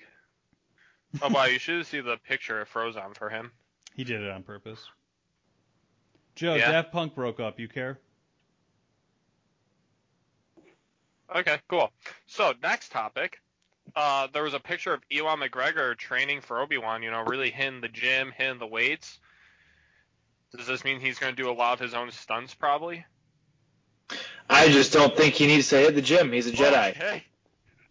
Oh wow, you should see the picture it froze on for him.
he did it on purpose. Joe,
Yeah.
Daft Punk broke up. You care?
Okay, cool. So next topic. Uh, there was a picture of Elon McGregor training for Obi Wan. You know, really hitting the gym, hitting the weights. Does this mean he's going to do a lot of his own stunts? Probably.
I just don't think he needs to hit the gym. He's a Jedi.
Okay.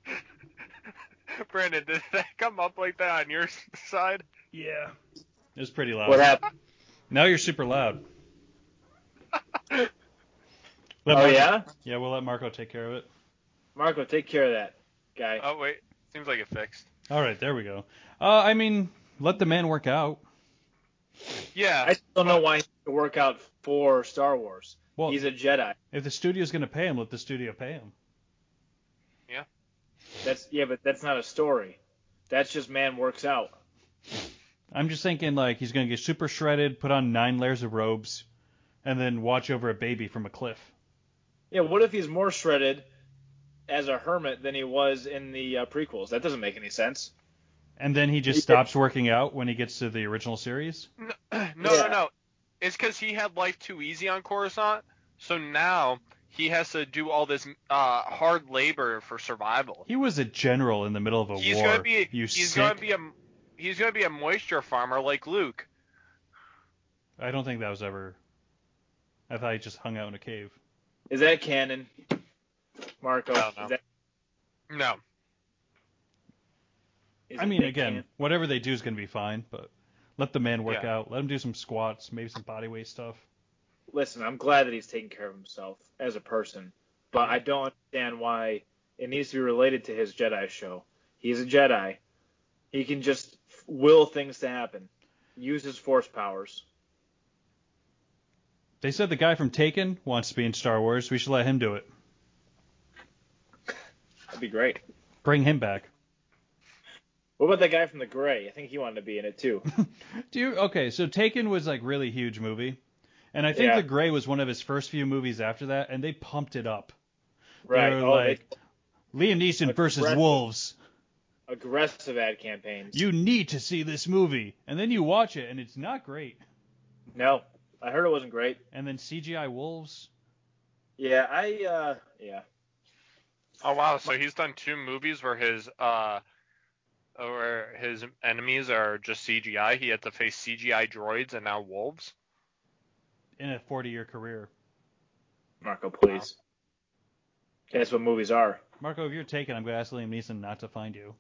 Brandon, did that come up like that on your side?
Yeah.
It was pretty loud.
What happened?
Now you're super loud. Let
Oh
Marco-
yeah,
Yeah, we'll let Marco take care of it.
Marco, take care of that guy.
Oh wait, seems like it fixed.
All right, there we go. Uh, I mean, let the man work out.
Yeah.
I still don't know why he had to work out for Star Wars.
Well,
He's a Jedi.
if the studio's going to pay him, let the studio pay him.
That's yeah, but that's not a story. That's just man works out.
I'm just thinking, like, he's going to get super shredded, put on nine layers of robes, and then watch over a baby from a cliff.
Yeah, what if he's more shredded as a hermit than he was in the uh, prequels? That doesn't make any sense.
And then he just
Yeah.
stops working out when he gets to the original series.
no,
Yeah.
no, no. It's because he had life too easy on Coruscant, so now he has to do all this uh, hard labor for survival.
He was a general in the middle of a
He's
war.
gonna be
you
he's
sick.
gonna be a he's gonna be a moisture farmer like Luke.
I don't think that was ever. I thought he just hung out in a cave.
Is that canon, Marco?
I don't know.
Is that,
No,
is
I
it
mean,
big
again,
canon?
whatever they do is going to be fine, but let the man work
Yeah.
out. Let him do some squats, maybe some body weight stuff.
listen, I'm glad that he's taking care of himself as a person, but I don't understand why it needs to be related to his Jedi show. He's a Jedi. He can just will things to happen. Use his force powers.
They said the guy from Taken wants to be in Star Wars. We should let him do it.
That'd be great.
Bring him back.
What about that guy from The Gray? I think he wanted to be in it too.
Do you okay? So Taken was like really huge movie, and I think
Yeah.
The Gray was one of his first few movies after that, and they pumped it up.
Right.
They were
Oh, they-
like Liam Neeson
Like,
versus
aggressive.
wolves.
aggressive ad campaigns.
You need to see this movie, and then you watch it, and it's not great.
no, I heard it wasn't great.
And then CGI wolves.
Yeah, I uh yeah.
Oh wow! So he's done two movies where his uh, where his enemies are just CGI. He had to face CGI droids and now wolves.
in a 40 year career.
Marco, please. That's what movies are.
Marco, if you're taken, I'm going to ask Liam Neeson not to find you.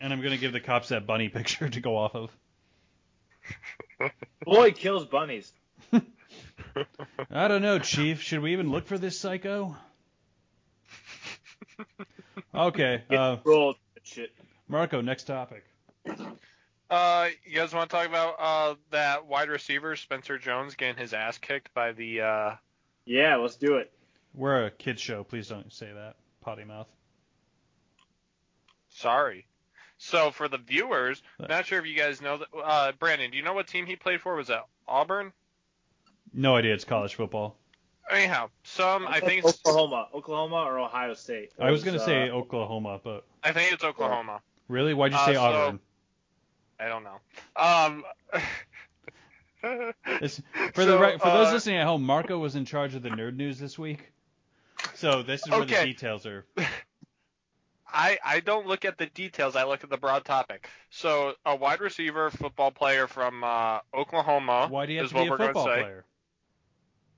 And I'm going to give the cops that bunny picture to go off of.
Boy kills bunnies.
I don't know, Chief. Should we even look for this psycho? Okay. Uh,
Roll shit.
Marco, next topic.
Uh, you guys want to talk about uh that wide receiver Spencer Jones getting his ass kicked by the uh?
Yeah, let's do it.
We're a kids show. Please don't say that. Potty mouth.
Sorry. So for the viewers, not sure if you guys know that. Uh, Brandon, do you know what team he played for? Was that Auburn?
No idea. It's college football.
Anyhow, some I think it's,
Oklahoma, Oklahoma or Ohio State. uh,
I was going to
to
say Oklahoma, but
I think it's Oklahoma.
really? Why'd you
Uh,
say
so-
Auburn?
I don't know. Um.
It's, for the
So,
re- for those
uh,
listening at home, Marco was in charge of the nerd news this week. So this is where the
Okay.
details are.
I, I don't look at the details. I look at the broad topic. So a wide receiver, football player from uh, Oklahoma
Why do you have
is
to
what
be a
we're going to
football
say.
player?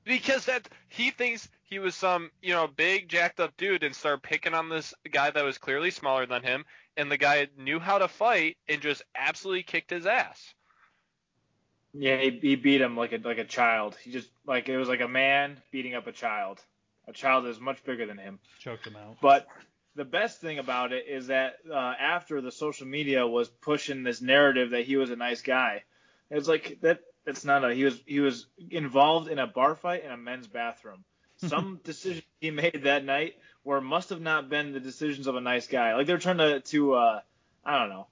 Because that he thinks he was some you know big jacked up dude and started picking on this guy that was clearly smaller than him, and the guy knew how to fight and just absolutely kicked his ass.
Yeah, he, he beat him like a like a child. He just like it was like a man beating up a child. A child is much bigger than him.
Choked him out.
But the best thing about it is that uh, after the social media was pushing this narrative that he was a nice guy, it's like that It's not a. He was he was involved in a bar fight in a men's bathroom. Some decision he made that night were must have not been the decisions of a nice guy. Like they're trying to to uh, I don't know,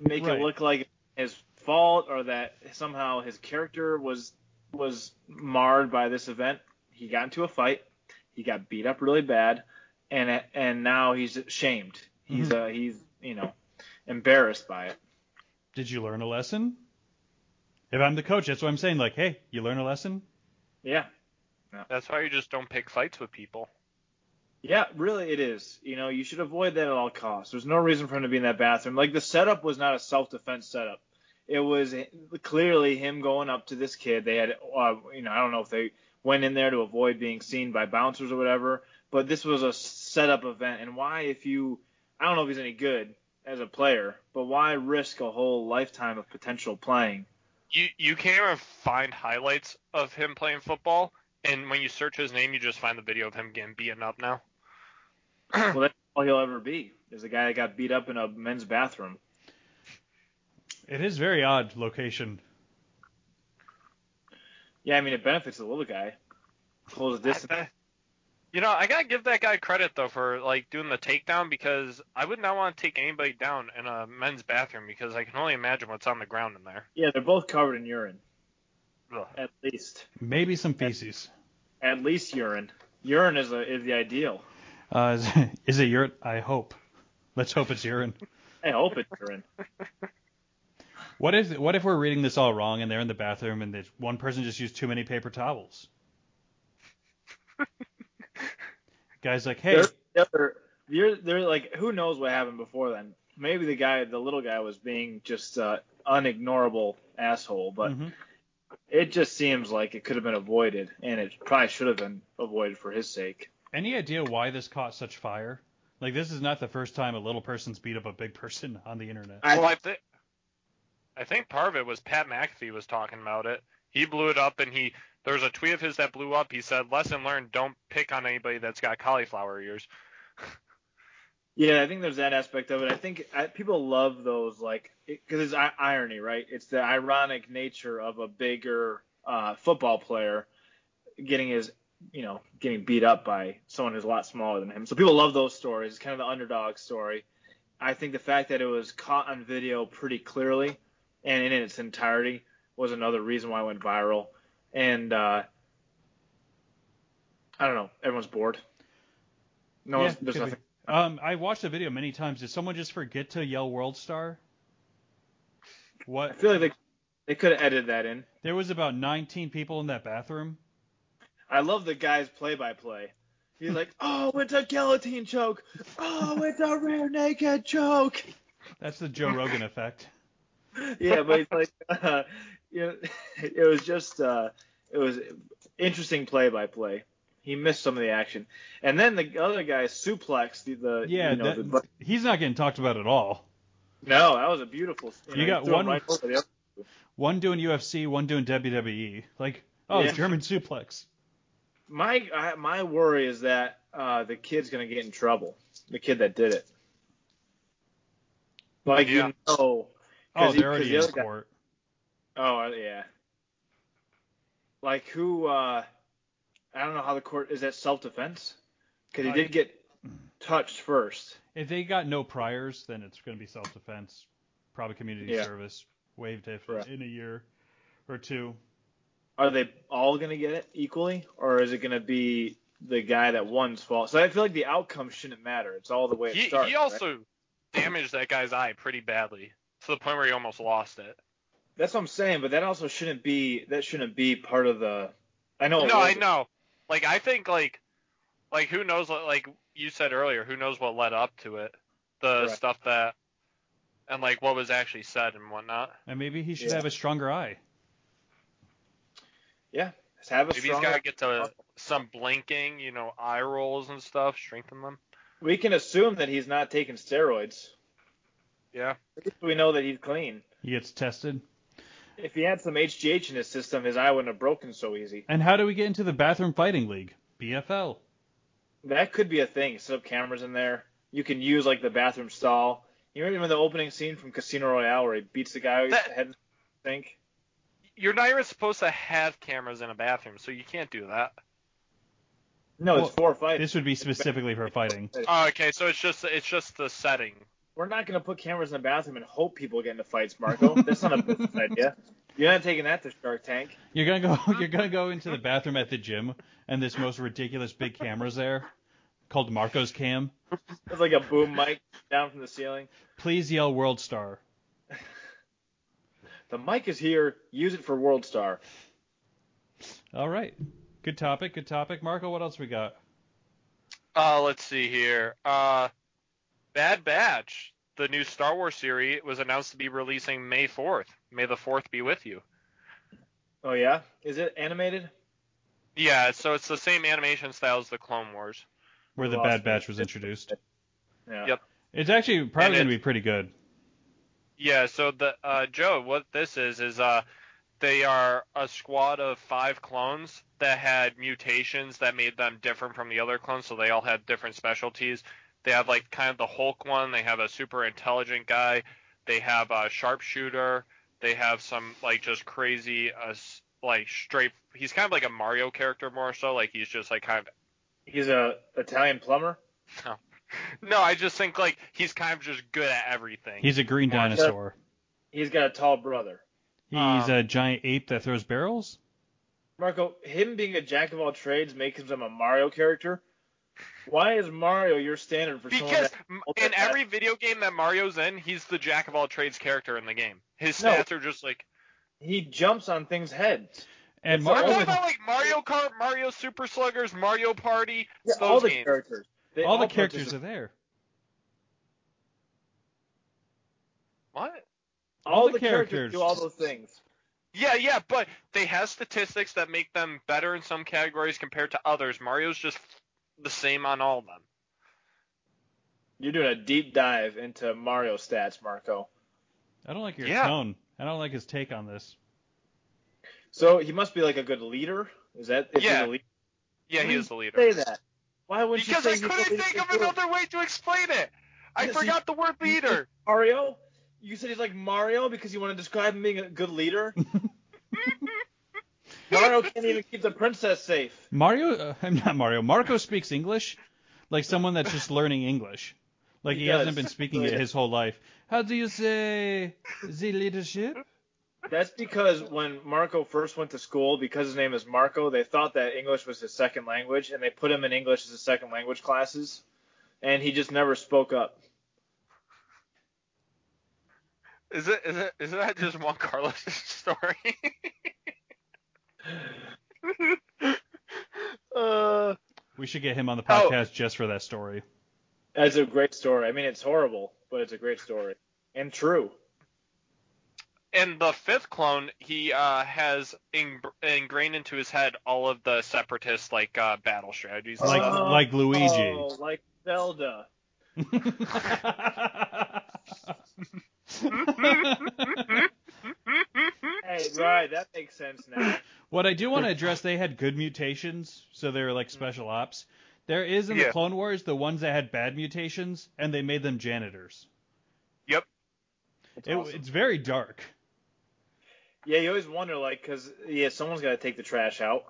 make
Right.
it look like his fault or that somehow his character was was marred by this event. He got into a fight. He got beat up really bad, and and now he's shamed. He's uh he's you know embarrassed by it.
Did you learn a lesson? If I'm the coach, that's what I'm saying. Like, hey, you learn a lesson?
Yeah.
That's why you just don't pick fights with people.
Yeah, really, it is. You know, you should avoid that at all costs. There's no reason for him to be in that bathroom. Like the setup was not a self-defense setup. It was clearly him going up to this kid. They had, uh, you know, I don't know if they went in there to avoid being seen by bouncers or whatever, but this was a setup event. And why, if you, I don't know if he's any good as a player, but why risk a whole lifetime of potential playing?
You you can't even find highlights of him playing football, and when you search his name, you just find the video of him getting beaten up now.
Well, that's all he'll ever be is a guy that got beat up in a men's bathroom.
It is very odd location.
Yeah, I mean, it benefits the little guy. Close distance.
I- You know, I gotta give that guy credit though for like doing the takedown because I would not want to take anybody down in a men's bathroom because I can only imagine what's on the ground in there.
Yeah, they're both covered in urine.
Ugh.
At least,
Maybe some feces.
at least urine. Urine is, a, is the ideal.
Uh, is, is it urine? I hope. Let's hope it's urine.
I hope it's urine.
What if what if we're reading this all wrong and they're in the bathroom and there's one person just used too many paper towels? Guy's like, hey,
They're, they're, you're, they're like, who knows what happened before then? Maybe the guy, the little guy, was being just uh, unignorable asshole, but
Mhm.
it just seems like it could have been avoided, and it probably should have been avoided for his sake.
any idea why this caught such fire? Like, this is not the first time a little person's beat up a big person on the internet.
I-
well, I, thi- I think part of it was Pat McAfee was talking about it. He blew it up, and he there's a tweet of his that blew up. He said, "Lesson learned: Don't pick on anybody that's got cauliflower ears."
Yeah, I think there's that aspect of it. I think I, people love those, like, because it's I- irony, right? It's the ironic nature of a bigger uh, football player getting his, you know, getting beat up by someone who's a lot smaller than him. So people love those stories. It's kind of the underdog story. I think the fact that it was caught on video pretty clearly and in its entirety was another reason why it went viral. And uh, I don't know, everyone's bored. No,
Yeah,
one's, there's
could be.
nothing.
Um, I watched the video many times. Did someone just forget to yell "World Star"?
I
What?
feel like they they could have edited that in.
There was about 19 people in that bathroom.
I love the guy's play-by-play. He's like, "Oh, it's a guillotine choke. Oh, it's a rear naked choke."
That's the Joe Rogan effect.
Yeah, but it's like, uh, you know, it was just uh, it was interesting play-by-play. He missed some of the action, and then the other guy suplexed the, the
Yeah,
you know,
that-
the, but
he's not getting talked about at all.
no, that was a beautiful.
You
know, he
got
threw him
one-
right over the other.
One doing UFC, one doing WWE. Like, oh,
Yeah.
German suplex.
My I, my worry is that uh, the kid's gonna get in trouble. The kid that did it. Like you
Yeah.
know.
Oh,
'cause he-
they're
'cause
already
the
in
other guy-
court.
Oh yeah. Like who? Uh, I don't know how the court is that self defense because he
I-
did get touched first.
If they got no priors, then it's going to be self-defense, probably community
Yeah.
service, waived if
Right.
in a year or two.
Are they all gonna get it equally, or is it gonna be the guy that one's fault? So I feel like the outcome shouldn't matter. It's all the way it
He
starts.
he
right?
also damaged that guy's eye pretty badly to the point where he almost lost it.
That's what I'm saying, but that also shouldn't be that shouldn't be part of the. I know. it
no, I
was.
know. Like I think like like who knows what- like you said earlier, who knows what led up to it. The
Correct.
stuff that and like what was actually said and whatnot.
And maybe he should
Yeah.
have a stronger eye.
Just have a
Maybe he's gotta
strong.
get to some blinking, you know, eye rolls and stuff, strengthen them.
We can assume that he's not taking steroids.
Yeah.
At least we know that he's clean.
He gets tested.
If he had some HGH in his system, his eye wouldn't have broken so easy.
And how do we get into the bathroom fighting league? BFL.
That could be a thing. Set up cameras in there. You can use like the bathroom stall. You remember the opening scene from Casino Royale where he beats the guy with his
That-
head in the sink?
you're not even supposed to have cameras in a bathroom, so you can't do that.
No,
Well,
it's four fights.
This would be specifically for fighting.
Oh, okay, so it's just it's just the setting.
We're not going to put cameras in the bathroom and hope people get into fights, Marco. That's not a business idea. You're not taking that to Shark Tank.
You're gonna go. You're gonna go into the bathroom at the gym, and this most ridiculous big camera's there, called Marco's Cam.
It's like a boom mic down from the ceiling.
Please yell World Star.
The mic is here. Use it for World Star.
All right. Good topic. Good topic. Marco, what else we got?
Uh, let's see here. Uh, Bad Batch, the new Star Wars series, was announced to be releasing May 4th. May the 4th be with you.
Oh yeah, is it animated?
Yeah, so it's the same animation style as the Clone Wars.
Where the
Lost
Bad
me.
Batch was introduced.
Yeah.
Yep.
It's actually probably
And
gonna be pretty good.
Yeah, so the uh, Joe, what this is is uh, they are a squad of five clones that had mutations that made them different from the other clones, so they all had different specialties. They have like kind of the Hulk one. They have a super intelligent guy. They have a sharpshooter. They have some like just crazy, uh, s- like straight. He's kind of like a Mario character more so. Like he's just like kind of
He's a Italian plumber.
No, I just think like he's kind of just good at everything.
He's a green dinosaur.
He's got a tall brother.
He's a giant ape that throws barrels.
Marco, him being a jack of all trades makes him a Mario character. Why is Mario your standard for someone
because
that,
m-
I'll
in
take that.
every video game that Mario's in, he's the jack of all trades character in the game. His
No.
stats are just like
he jumps on things' heads?
And
I'm
Marco,
talking
only-
about like Mario Kart, Mario Super Sluggers, Mario Party,
Yeah,
those
all the
games.
characters. They
all the characters are
participate-
there.
What?
all
the
the
characters.
characters do all those things.
Yeah, yeah, but they have statistics that make them better in some categories compared to others. Mario's just the same on all of them.
You're doing a deep dive into Mario stats, Marco.
I don't like your
Yeah.
tone. I don't like his take on this.
So he must be like a good leader. Is that is
Yeah,
he a leader?
Yeah, he
Why
is the leader.
Say that. Why wouldn't
Because
you
I
say he's the
couldn't
leader
think
of
of
the group?
another way to explain it. I
Yes, he-
forgot the word leader.
Mario? You said he's like Mario because you want to describe him being a good leader? Mario can't even keep the princess safe.
Mario, uh, I'm not Mario. Marco speaks English like someone that's just learning English. Like he,
He
hasn't
does.
been speaking
Yeah.
it his whole life. How do you say the leadership?
That's because when Marco first went to school, because his name is Marco, they thought that English was his second language, and they put him in English as his second language classes, and he just never spoke up.
Is it is it is that just Juan Carlos' story? uh,
We should get him on the podcast just for that story.
That's a great story. I mean, it's horrible, but it's a great story and true.
and the fifth clone, he uh, has ing- ingrained into his head all of the separatist like uh, battle strategies. and
Like
stuff.
Oh.
like Luigi.
Oh, like Zelda. Hey, right, that makes sense now.
what I do want to address, they had good mutations, so they were like special ops. There is in the
Yeah.
Clone Wars the ones that had bad mutations, and they made them janitors.
Yep.
It, It's very dark.
Yeah, you always wonder, like, because yeah, someone's got to take the trash out.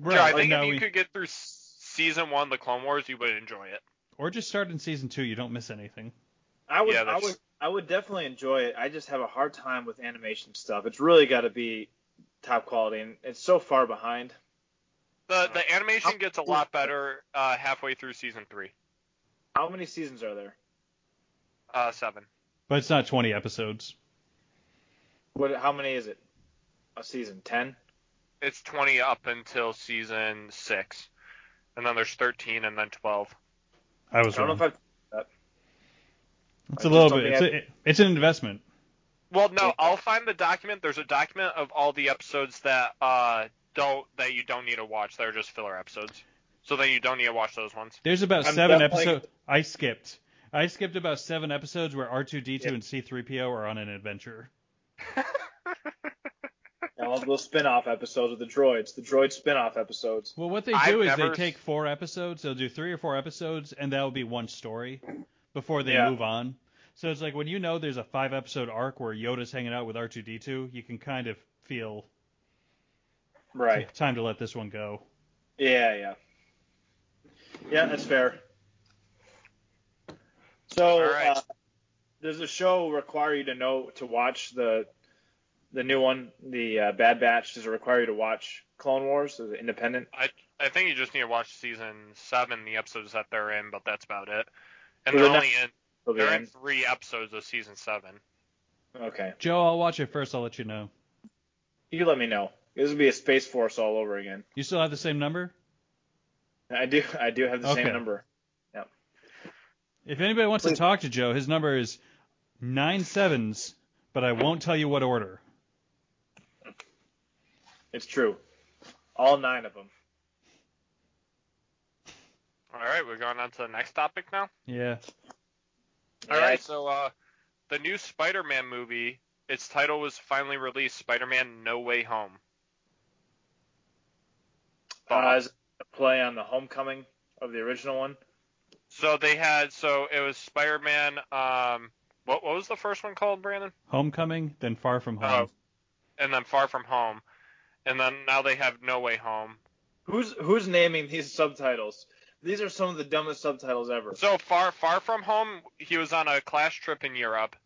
Right.
Joe, I
and
think
now
if you
we-
could get through s- season one, the Clone Wars, you would enjoy it.
Or just start in season two. You don't miss anything.
I would,
Yeah,
I
that's-
would, I would definitely enjoy it. I just have a hard time with animation stuff. It's really got to be top quality, and it's so far behind.
The the animation gets a lot better uh, halfway through season three,
How many seasons are there?
uh, seven.
But it's not 20 episodes.
What? How many is it? A season? Ten?
It's 20 up until season 6. And then there's 13 and then 12.
I
I
was
don't
wrong.
know if I.
it's
I
a
just
little
don't
bit.
think
It's, a, it's an investment.
Well, no, I'll find the document. There's a document of all the episodes that uh don't that you don't need to watch. They're just filler episodes. So then you don't need to watch those ones.
There's about
I'm
seven
definitely-
episodes. I skipped. I skipped about seven episodes where R2D2 and C3PO are on an adventure.
All those spin-off episodes with the droids, the droid spin-off episodes.
Well, what they
I've
do is
never
they
s-
take four episodes. They'll do three or four episodes, and that will be one story before they
Yeah.
move on. So it's like when you know there's a five episode arc where Yoda's hanging out with R2D2, you can kind of feel
Right.
time to let this one go.
Yeah, yeah. Yeah, that's fair. So,
All right.
uh, does the show require you to know to watch the the new one, the uh, Bad Batch? Does it require you to watch Clone Wars? Is it independent?
I think you just need to watch season seven, the episodes that they're in, but that's about it. And
Well,
they're
they're
only in
till the
they're in
end?
three episodes of season seven.
Okay.
Joe, I'll watch it first. I'll let you know.
You can let me know. This would be a Space Force all over again.
You still have the same number?
I do. I do have the
Okay.
same number.
If anybody wants to
Please.
talk to Joe, his number is nine sevens, but I won't tell you what order.
It's true. All nine of them.
All right, we're going on to the next topic now.
Yeah.
All
Yeah,
right, so uh, the new Spider-Man movie, its title was finally released, Spider-Man: No Way Home.
Uh, is it a play on the Homecoming of the original one.
So they had, so it was Spider-Man. Um, what what was the first one called, Brandon?
Homecoming, then Far From Home.
Oh. And then Far From Home, and then now they have No Way Home.
Who's who's naming these subtitles? These are some of the dumbest subtitles ever.
So far, far from home, he was on a class trip in Europe.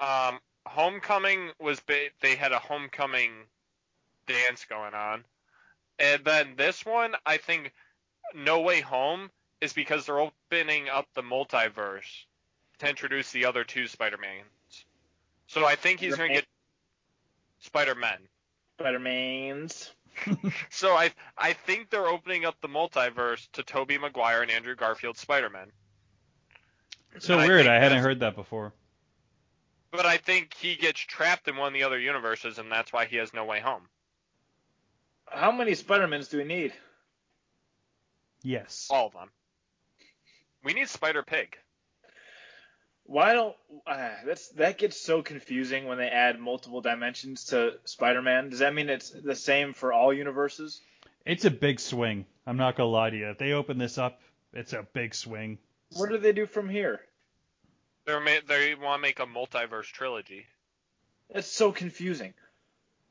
Um, homecoming was ba- they had a homecoming dance going on, and then this one, I think, No Way Home is because they're opening up the multiverse to introduce the other two Spider-Mans. So I think he's gonna get Spider-Man.
Spider-Mans.
So I I think they're opening up the multiverse to Tobey Maguire and Andrew Garfield's Spider-Man.
so
and I
weird.
think
I, hadn't
that's-
heard that before.
But I think he gets trapped in one of the other universes, and that's why he has no way home.
How many Spider-Mans do we need?
Yes.
All of them. We need Spider Pig.
Why don't uh, that's that gets so confusing when they add multiple dimensions to Spider-Man? Does that mean it's the same for all universes?
It's a big swing. I'm not gonna lie to you. If they open this up, it's a big swing.
What do they do from here?
They're ma- they want to make a multiverse trilogy.
That's so confusing.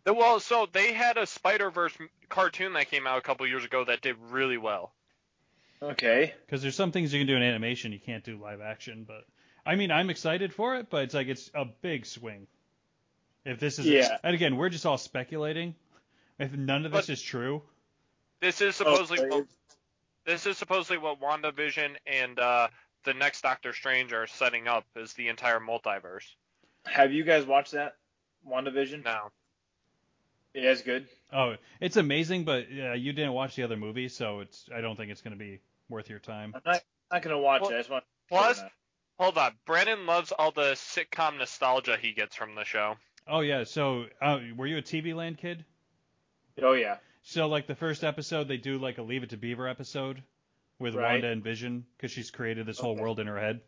The- Well, so they had a Spider Verse cartoon that came out a couple years ago that did really well.
Okay.
Because there's some things you can do in animation you can't do live action. But I mean, I'm excited for it, but it's like it's a big swing. If this is,
Yeah.
and again, we're just all speculating. If none of this
But-
is true,
This is
Oh,
supposedly
Okay.
what, this is supposedly what WandaVision and uh, the next Doctor Strange are setting up is the entire multiverse.
Have you guys watched that? WandaVision?
Now,
Yeah, it's good.
oh, it's amazing. But uh, you didn't watch the other movie, so it's. I don't think it's gonna be worth your time.
I'm not, not gonna watch
Well,
it. I just want
plus hold on, Brennan loves all the sitcom nostalgia he gets from the show.
Oh yeah. So uh, were you a TV Land kid?
Oh yeah.
So like the first episode, they do like a Leave It to Beaver episode with
Right.
Wanda and Vision because she's created this whole
Okay.
world in her head.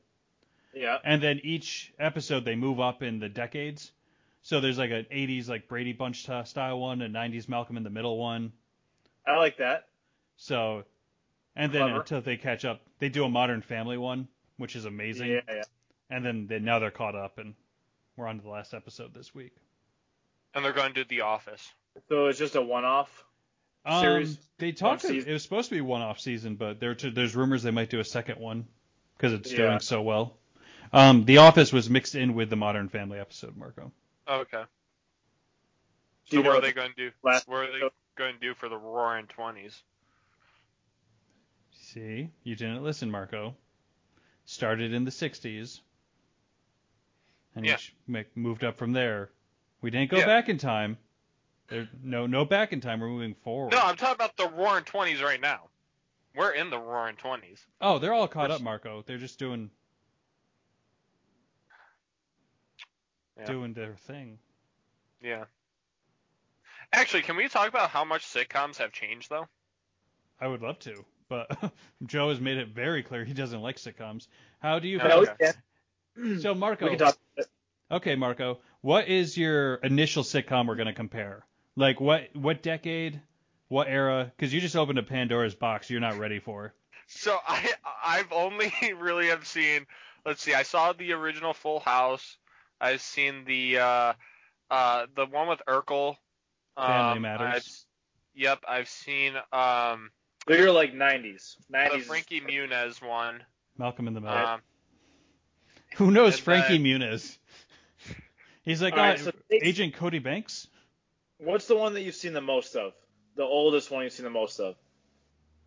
Yeah.
And then each episode they move up in the decades. So there's like an 80s like Brady Bunch t- style one, a 90s Malcolm in the Middle one.
I like that.
So and then
Clever.
until they catch up, they do a Modern Family one, which is amazing.
Yeah, yeah.
And then they, now they're caught up and we're on to the last episode this week.
And they're going to do The Office.
So it's just a one-off.
Um,
Series?
They talked.
One
It
season?
was supposed to be one off season, but there there's rumors they might do a second one because it's
Yeah.
doing so well. Um, the Office was mixed in with the Modern Family episode, Marco.
Okay.
Do
So
you
what
know the
are they going to do?
last-
What are they going to do for the Roaring Twenties?
See, you didn't listen, Marco. Started in the '60s, and
Yeah.
each mi- moved up from there. We didn't go
Yeah.
back in time. There, no, no back in time. We're moving forward.
No, I'm talking about the Roaring Twenties right now. We're in the Roaring Twenties.
oh, they're all caught up, Marco. They're just doing,
Yeah.
doing their thing.
Yeah. Actually, can we talk about how much sitcoms have changed though?
I would love to, but Joe has made it very clear he doesn't like sitcoms. How do you
No,
feel?
Okay.
yeah.
So Marco,
We can talk.
okay, Marco, what is your initial sitcom we're gonna compare? Like what what decade, what era? Because you just opened a Pandora's box you're not ready for.
So I I've only really have seen. Let's see. I saw the original Full House. I've seen the uh, Uh, the one with Urkel. Um,
Family Matters.
I've- yep, I've seen um,
They're like 90s. 90s.
the
is-
Frankie Muniz one.
Malcolm in the Middle.
Um,
Who knows
and
Frankie
then-
Muniz? He's like,
All right,
"Oh,
so they-
Agent Cody Banks.
What's the one that you've seen the most of? The oldest one you've seen the most of?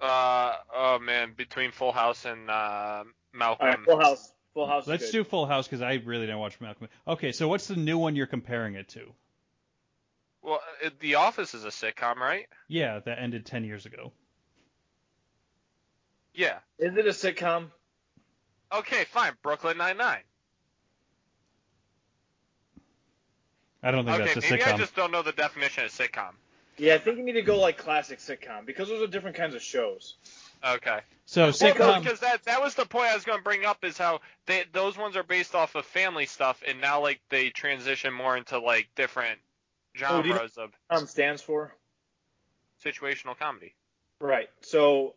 uh, oh man, between Full House and uh, Malcolm.
All right, Full House. Full House. is
Let's
good.
do Full House because I really didn't watch Malcolm. Okay, so what's the new one you're comparing it to?
Well, it, The Office is a sitcom, right?
Yeah, that ended ten years ago.
Yeah.
Is it a sitcom?
Okay, fine. Brooklyn Nine Nine.
I don't think
Okay,
that's a
maybe
sitcom.
I just don't know the definition of sitcom.
Yeah, I think you need to go like classic sitcom because those are different kinds of shows.
Okay.
So
Well,
Oh, sitcom.
no, because that that was the point I was going to bring up is how they those ones are based off of family stuff, and now like they transition more into like different
Oh, do you know-
genres of
Um, stands for
situational comedy.
right. So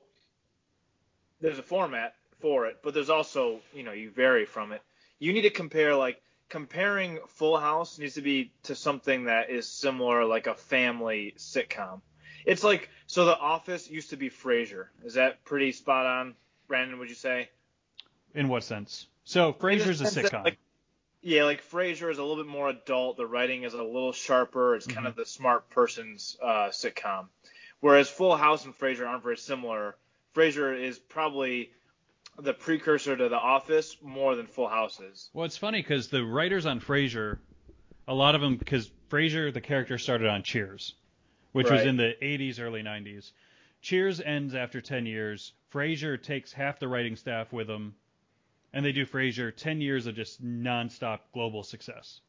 there's a format for it, but there's also you know you vary from it. You need to compare like comparing Full House needs to be to something that is similar, like a family sitcom. It's like so The Office used to be Frasier. Is that pretty spot on, Brandon? Would you say?
in what sense? So Frasier's a
sense that,
sitcom.
like, Yeah, like Frasier is a little bit more adult. The writing is a little sharper.
Mm-hmm.
It's kind of the smart person's uh, sitcom. Whereas Full House and Frasier aren't very similar. Frasier is probably the precursor to The Office more than Full House is.
Well, it's funny because the writers on Frasier, a lot of them, because Frasier, the character started on Cheers, which was
Right.
in the 80s, early 90s. Cheers ends after 10 years. Frasier takes half the writing staff with him, and they do Frasier 10 years of just nonstop global success.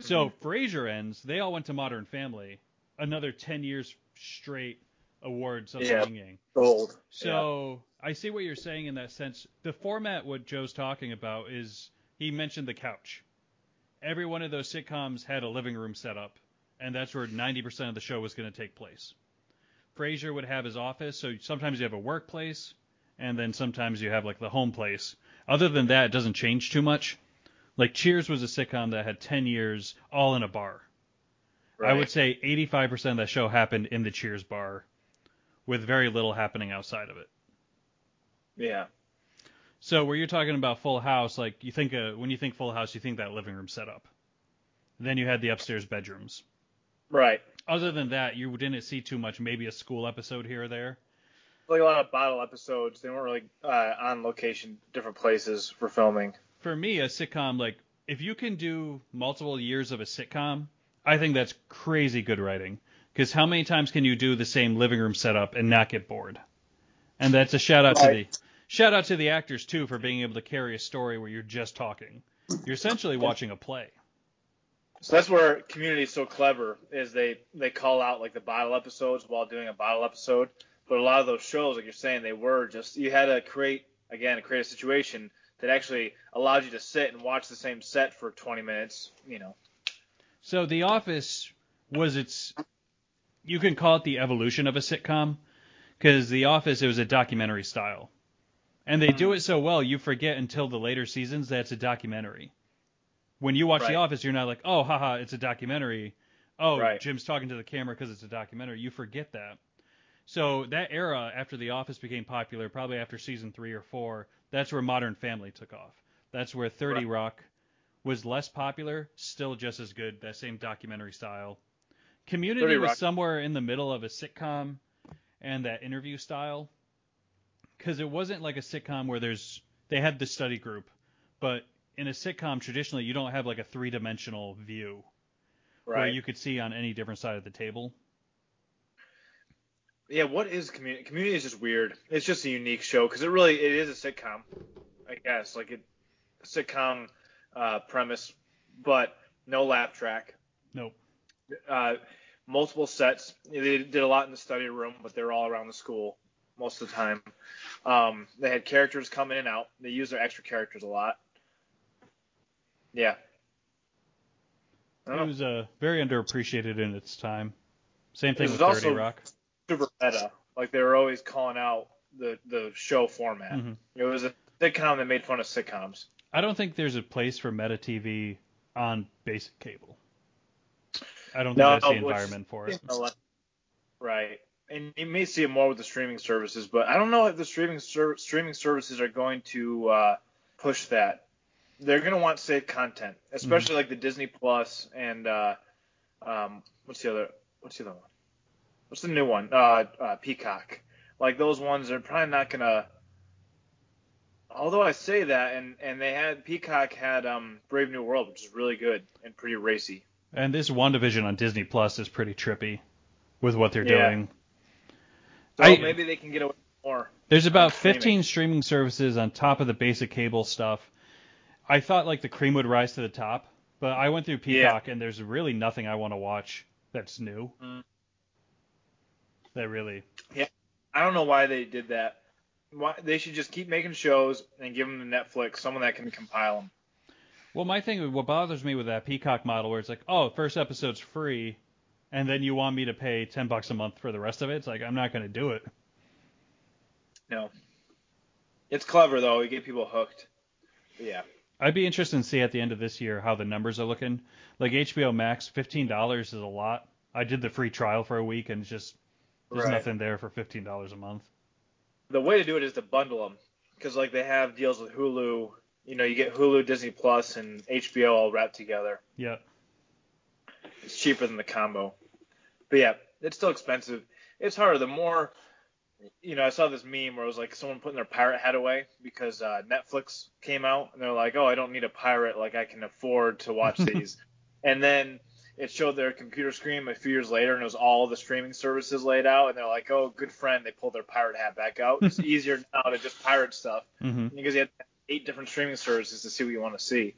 So
Mm-hmm.
Frasier ends. They all went to Modern Family, another 10 years straight awards of
Yeah.
singing.
Gold.
So I see what you're saying in that sense. The format, what Joe's talking about, is he mentioned the couch. Every one of those sitcoms had a living room set up, and that's where 90% of the show was going to take place. Frasier would have his office, so sometimes you have a workplace, and then sometimes you have like the home place. Other than that, it doesn't change too much. Like Cheers was a sitcom that had 10 years all in a bar. I would say 85% of that show happened in the Cheers bar, with very little happening outside of it.
Yeah.
So where you're talking about Full House, like you think uh when you think Full House, you think that living room setup. Then you had the upstairs bedrooms.
Right.
Other than that, you didn't see too much. Maybe a school episode here or there.
Like a lot of bottle episodes. They weren't really uh, on location, different places for filming.
For me, a sitcom like if you can do multiple years of a sitcom, I think that's crazy good writing. Because how many times can you do the same living room setup and not get bored? And that's a shout out
Right.
to the shout out to the actors too for being able to carry a story where you're just talking. You're essentially watching a play.
So that's where community is so clever is they they call out like the bottle episodes while doing a bottle episode. But a lot of those shows, like you're saying, they were just you had to create again create a situation that actually allowed you to sit and watch the same set for 20 minutes. You know,
So The Office was its you can call it the evolution of a sitcom because The Office it was a documentary style. And they
Mm-hmm.
do it so well you forget until the later seasons that it's a documentary. When you watch The
Right.
Office you're not like, "Oh, haha, it's a documentary." Oh,
Right.
Jim's talking to the camera because it's a documentary. You forget that. So that era after The Office became popular, probably after season 3 or 4, that's where Modern Family took off. That's where 30 Rock was less popular, still just as good, that same documentary style. Community
30
was
Rock.
somewhere in the middle of a sitcom and that interview style because it wasn't like a sitcom where there's they had the study group, but in a sitcom traditionally you don't have like a three-dimensional view where
right?
you could see on any different side of the table.
yeah. What is community? Community is just weird. It's just a unique show because it really it is a sitcom, I guess, like it sitcom uh, premise, but no laugh track.
Nope.
uh, multiple sets. They did a lot in the study room, but they were all around the school most of the time. Um, they had characters come in and out. They used their extra characters a lot. Yeah. I don't
It
know.
was uh, very underappreciated in its time. Same
It
thing
was
with 30
also-
Rock.
Super meta. Like they were always calling out the the show format.
Mhm.
It was a sitcom that made fun of sitcoms.
I don't think there's a place for meta TV on basic cable. I don't think
No,
that's the
which-
environment for it.
Right. And you may see it more with the streaming services, but I don't know if the streaming ser- streaming services are going to uh, push that. They're going to want safe content, especially like the Disney Plus and uh, um, what's the other what's the other one? What's the new one? Uh, uh, Peacock. Like those ones are probably not going to. Although I say that, and and they had Peacock had um, Brave New World, which is really good and pretty racy.
And this WandaVision on Disney Plus is pretty trippy with what they're
Yeah.
doing.
So
I-
maybe they can get away with more.
There's about
streaming.
15 streaming services on top of the basic cable stuff. I thought like the cream would rise to the top, but I went through
Yeah.
Peacock and there's really nothing I want to watch that's new.
Mm.
That really
I don't know why they did that. Why they should just keep making shows and give them to Netflix, someone that can compile them.
Well, my thing, what bothers me with that Peacock model, where it's like, oh, first episode's free, and then you want me to pay ten bucks a month for the rest of it? It's like I'm not going to do it.
No, it's clever though. You get people hooked. But yeah,
I'd be interested to see at the end of this year how the numbers are looking. Like HBO Max, fifteen dollars is a lot. I did the free trial for a week, and it's just there's
Right.
nothing there for fifteen dollars a month.
the way to do it is to bundle them because like they have deals with Hulu. You know, you get Hulu, Disney Plus, and HBO all wrapped together.
Yeah,
It's cheaper than the combo. But yeah, it's still expensive. It's harder. The more, you know, I saw this meme where it was like someone putting their pirate hat away because uh, Netflix came out and they're like, oh, I don't need a pirate. Like, I can afford to watch these. and then it showed their computer screen a few years later and it was all the streaming services laid out. And they're like, oh, good friend. They pulled their pirate hat back out. It's easier now to just pirate stuff
mm-hmm.
because you have eight different streaming services to see what you want to see.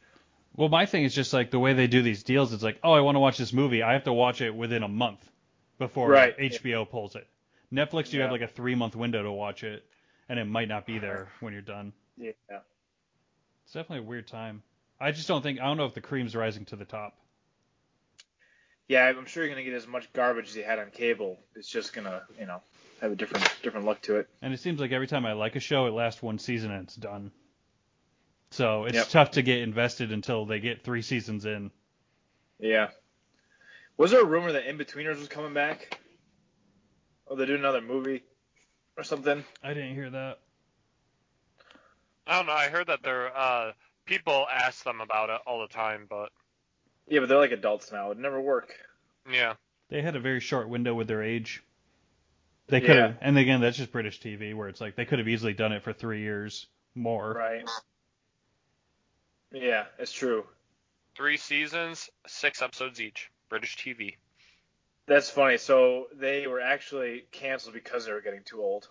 Well, my thing is just like the way they do these deals. It's like, oh, I want to watch this movie. I have to watch it within a month before
Right.
HBO pulls it. Netflix, you have
Yeah.
like a three month window to watch it, and it might not be there when you're done.
Yeah.
It's definitely a weird time. I just don't think I don't know if the cream's rising to the top.
Yeah, I'm sure you're gonna get as much garbage as you had on cable. It's just gonna, you know, have a different different look to it.
And it seems like every time I like a show, it lasts one season and it's done. So it's
Yep.
tough to get invested until they get three seasons in.
Yeah. Was there a rumor that Inbetweeners was coming back? Or they do another movie or something?
I didn't hear that.
I don't know. I heard that they're uh, people ask them about it all the time, but
Yeah, but they're like adults now. It'd never work.
yeah.
They had a very short window with their age. They
Yeah.
could have, and again, that's just British TV, where it's like they could have easily done it for three years more.
Right. Yeah, it's true.
Three seasons, six episodes each. British TV.
That's funny. So they were actually canceled because they were getting too old.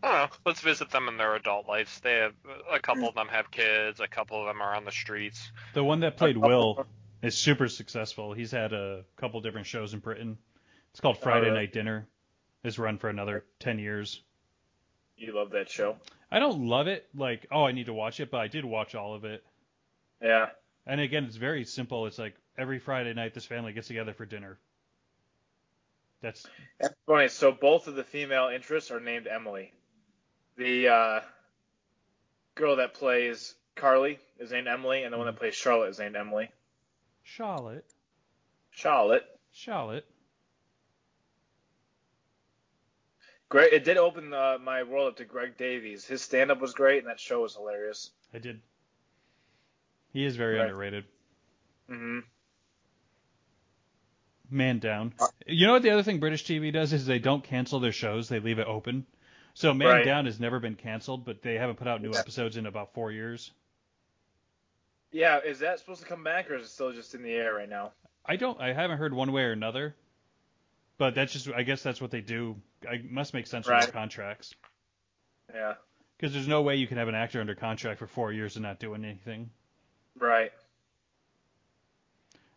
I don't know. Let's visit them in their adult lives. They have a couple of them have kids. A couple of them are on the streets.
the one that played Will is super successful. He's had a couple different shows in Britain. It's called Friday
Oh, really?
Night Dinner. It's run for another ten years.
You love that show.
I don't love it. Like, oh, I need to watch it, but I did watch all of it.
Yeah.
And again, it's very simple. It's like every Friday night, this family gets together for dinner. That's
That's funny. So both of the female interests are named Emily. The uh, girl that plays Carly is named Emily, and the one that plays Charlotte is named Emily.
Charlotte.
Charlotte.
Charlotte.
Great. It did open uh, my world up to Greg Davies. His stand-up was great, and that show was hilarious.
I did. He is very
Right.
underrated.
hmm
Man down. You know what the other thing British TV does is they don't cancel their shows; they leave it open. So Man
Right.
Down has never been canceled, but they haven't put out new
Yeah.
episodes in about four years.
Yeah. Is that supposed to come back, or is it still just in the air right now?
I don't. I haven't heard one way or another. But that's just. I guess that's what they do. I must make sense of
Right.
their contracts.
Yeah.
Because there's no way you can have an actor under contract for four years and not doing anything.
Right.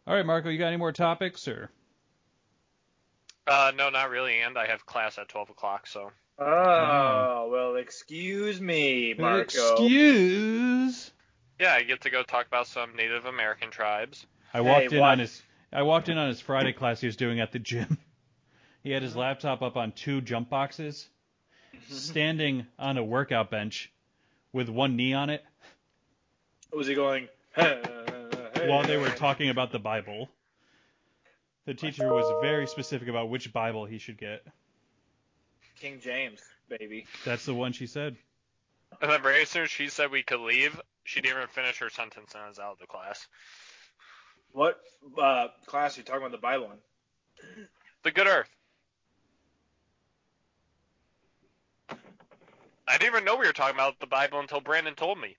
All right, Marco, you got any more topics or?
Uh, no, not really. And I have class at twelve o'clock, so
Oh well, excuse me, Marco.
Excuse.
yeah, I get to go talk about some Native American tribes.
I walked in on
what?
his. I walked in on his Friday class he was doing at the gym. He had his laptop up on two jump boxes, standing on a workout bench, with one knee on it.
Was he going?
while they were talking about the Bible. The teacher was very specific about which Bible he should get.
King James, baby.
That's the one she said.
And then very soon she said we could leave. She didn't even finish her sentence and I was out of the class.
What uh, class are you talking about the Bible in?
The Good Earth. I didn't even know we were talking about the Bible until Brandon told me.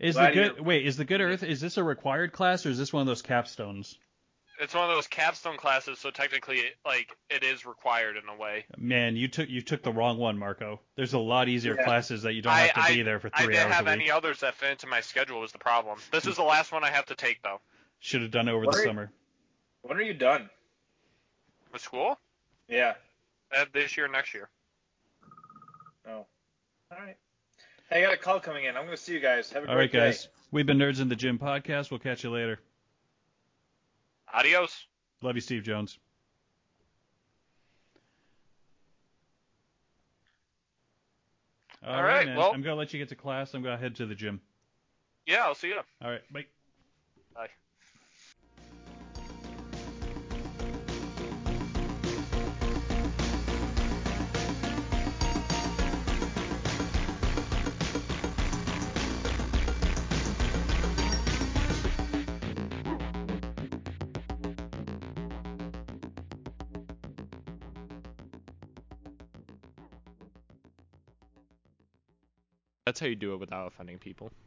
Is
Glad
the good
you're-
wait? Is the Good Earth? Is this a required class or is this one of those capstones?
It's one of those capstone classes, so technically, like, it is required in a way.
Man, you took you took the wrong one, Marco. There's a lot easier
Yeah.
classes that you don't
I-
have to be there for
I
three
didn't
hours
have
a week.
any others that fit into my schedule was the problem. This is the last one I have to take though.
Should have done it over the
What?
summer.
When are you done?
With school?
Yeah.
Uh, this year, next year.
Oh. All right. Hey, I got a call coming in. I'm going to see you guys. Have a
All right,
great
guys.
day.
We've been Nerds in the Gym podcast. We'll catch you later.
Adios.
Love you, Steve Jones.
All right,
man.
well-
I'm gonna let you get to class. I'm gonna head to the gym.
Yeah, I'll see you.
All right, bye.
Bye.
That's how you do it without offending people.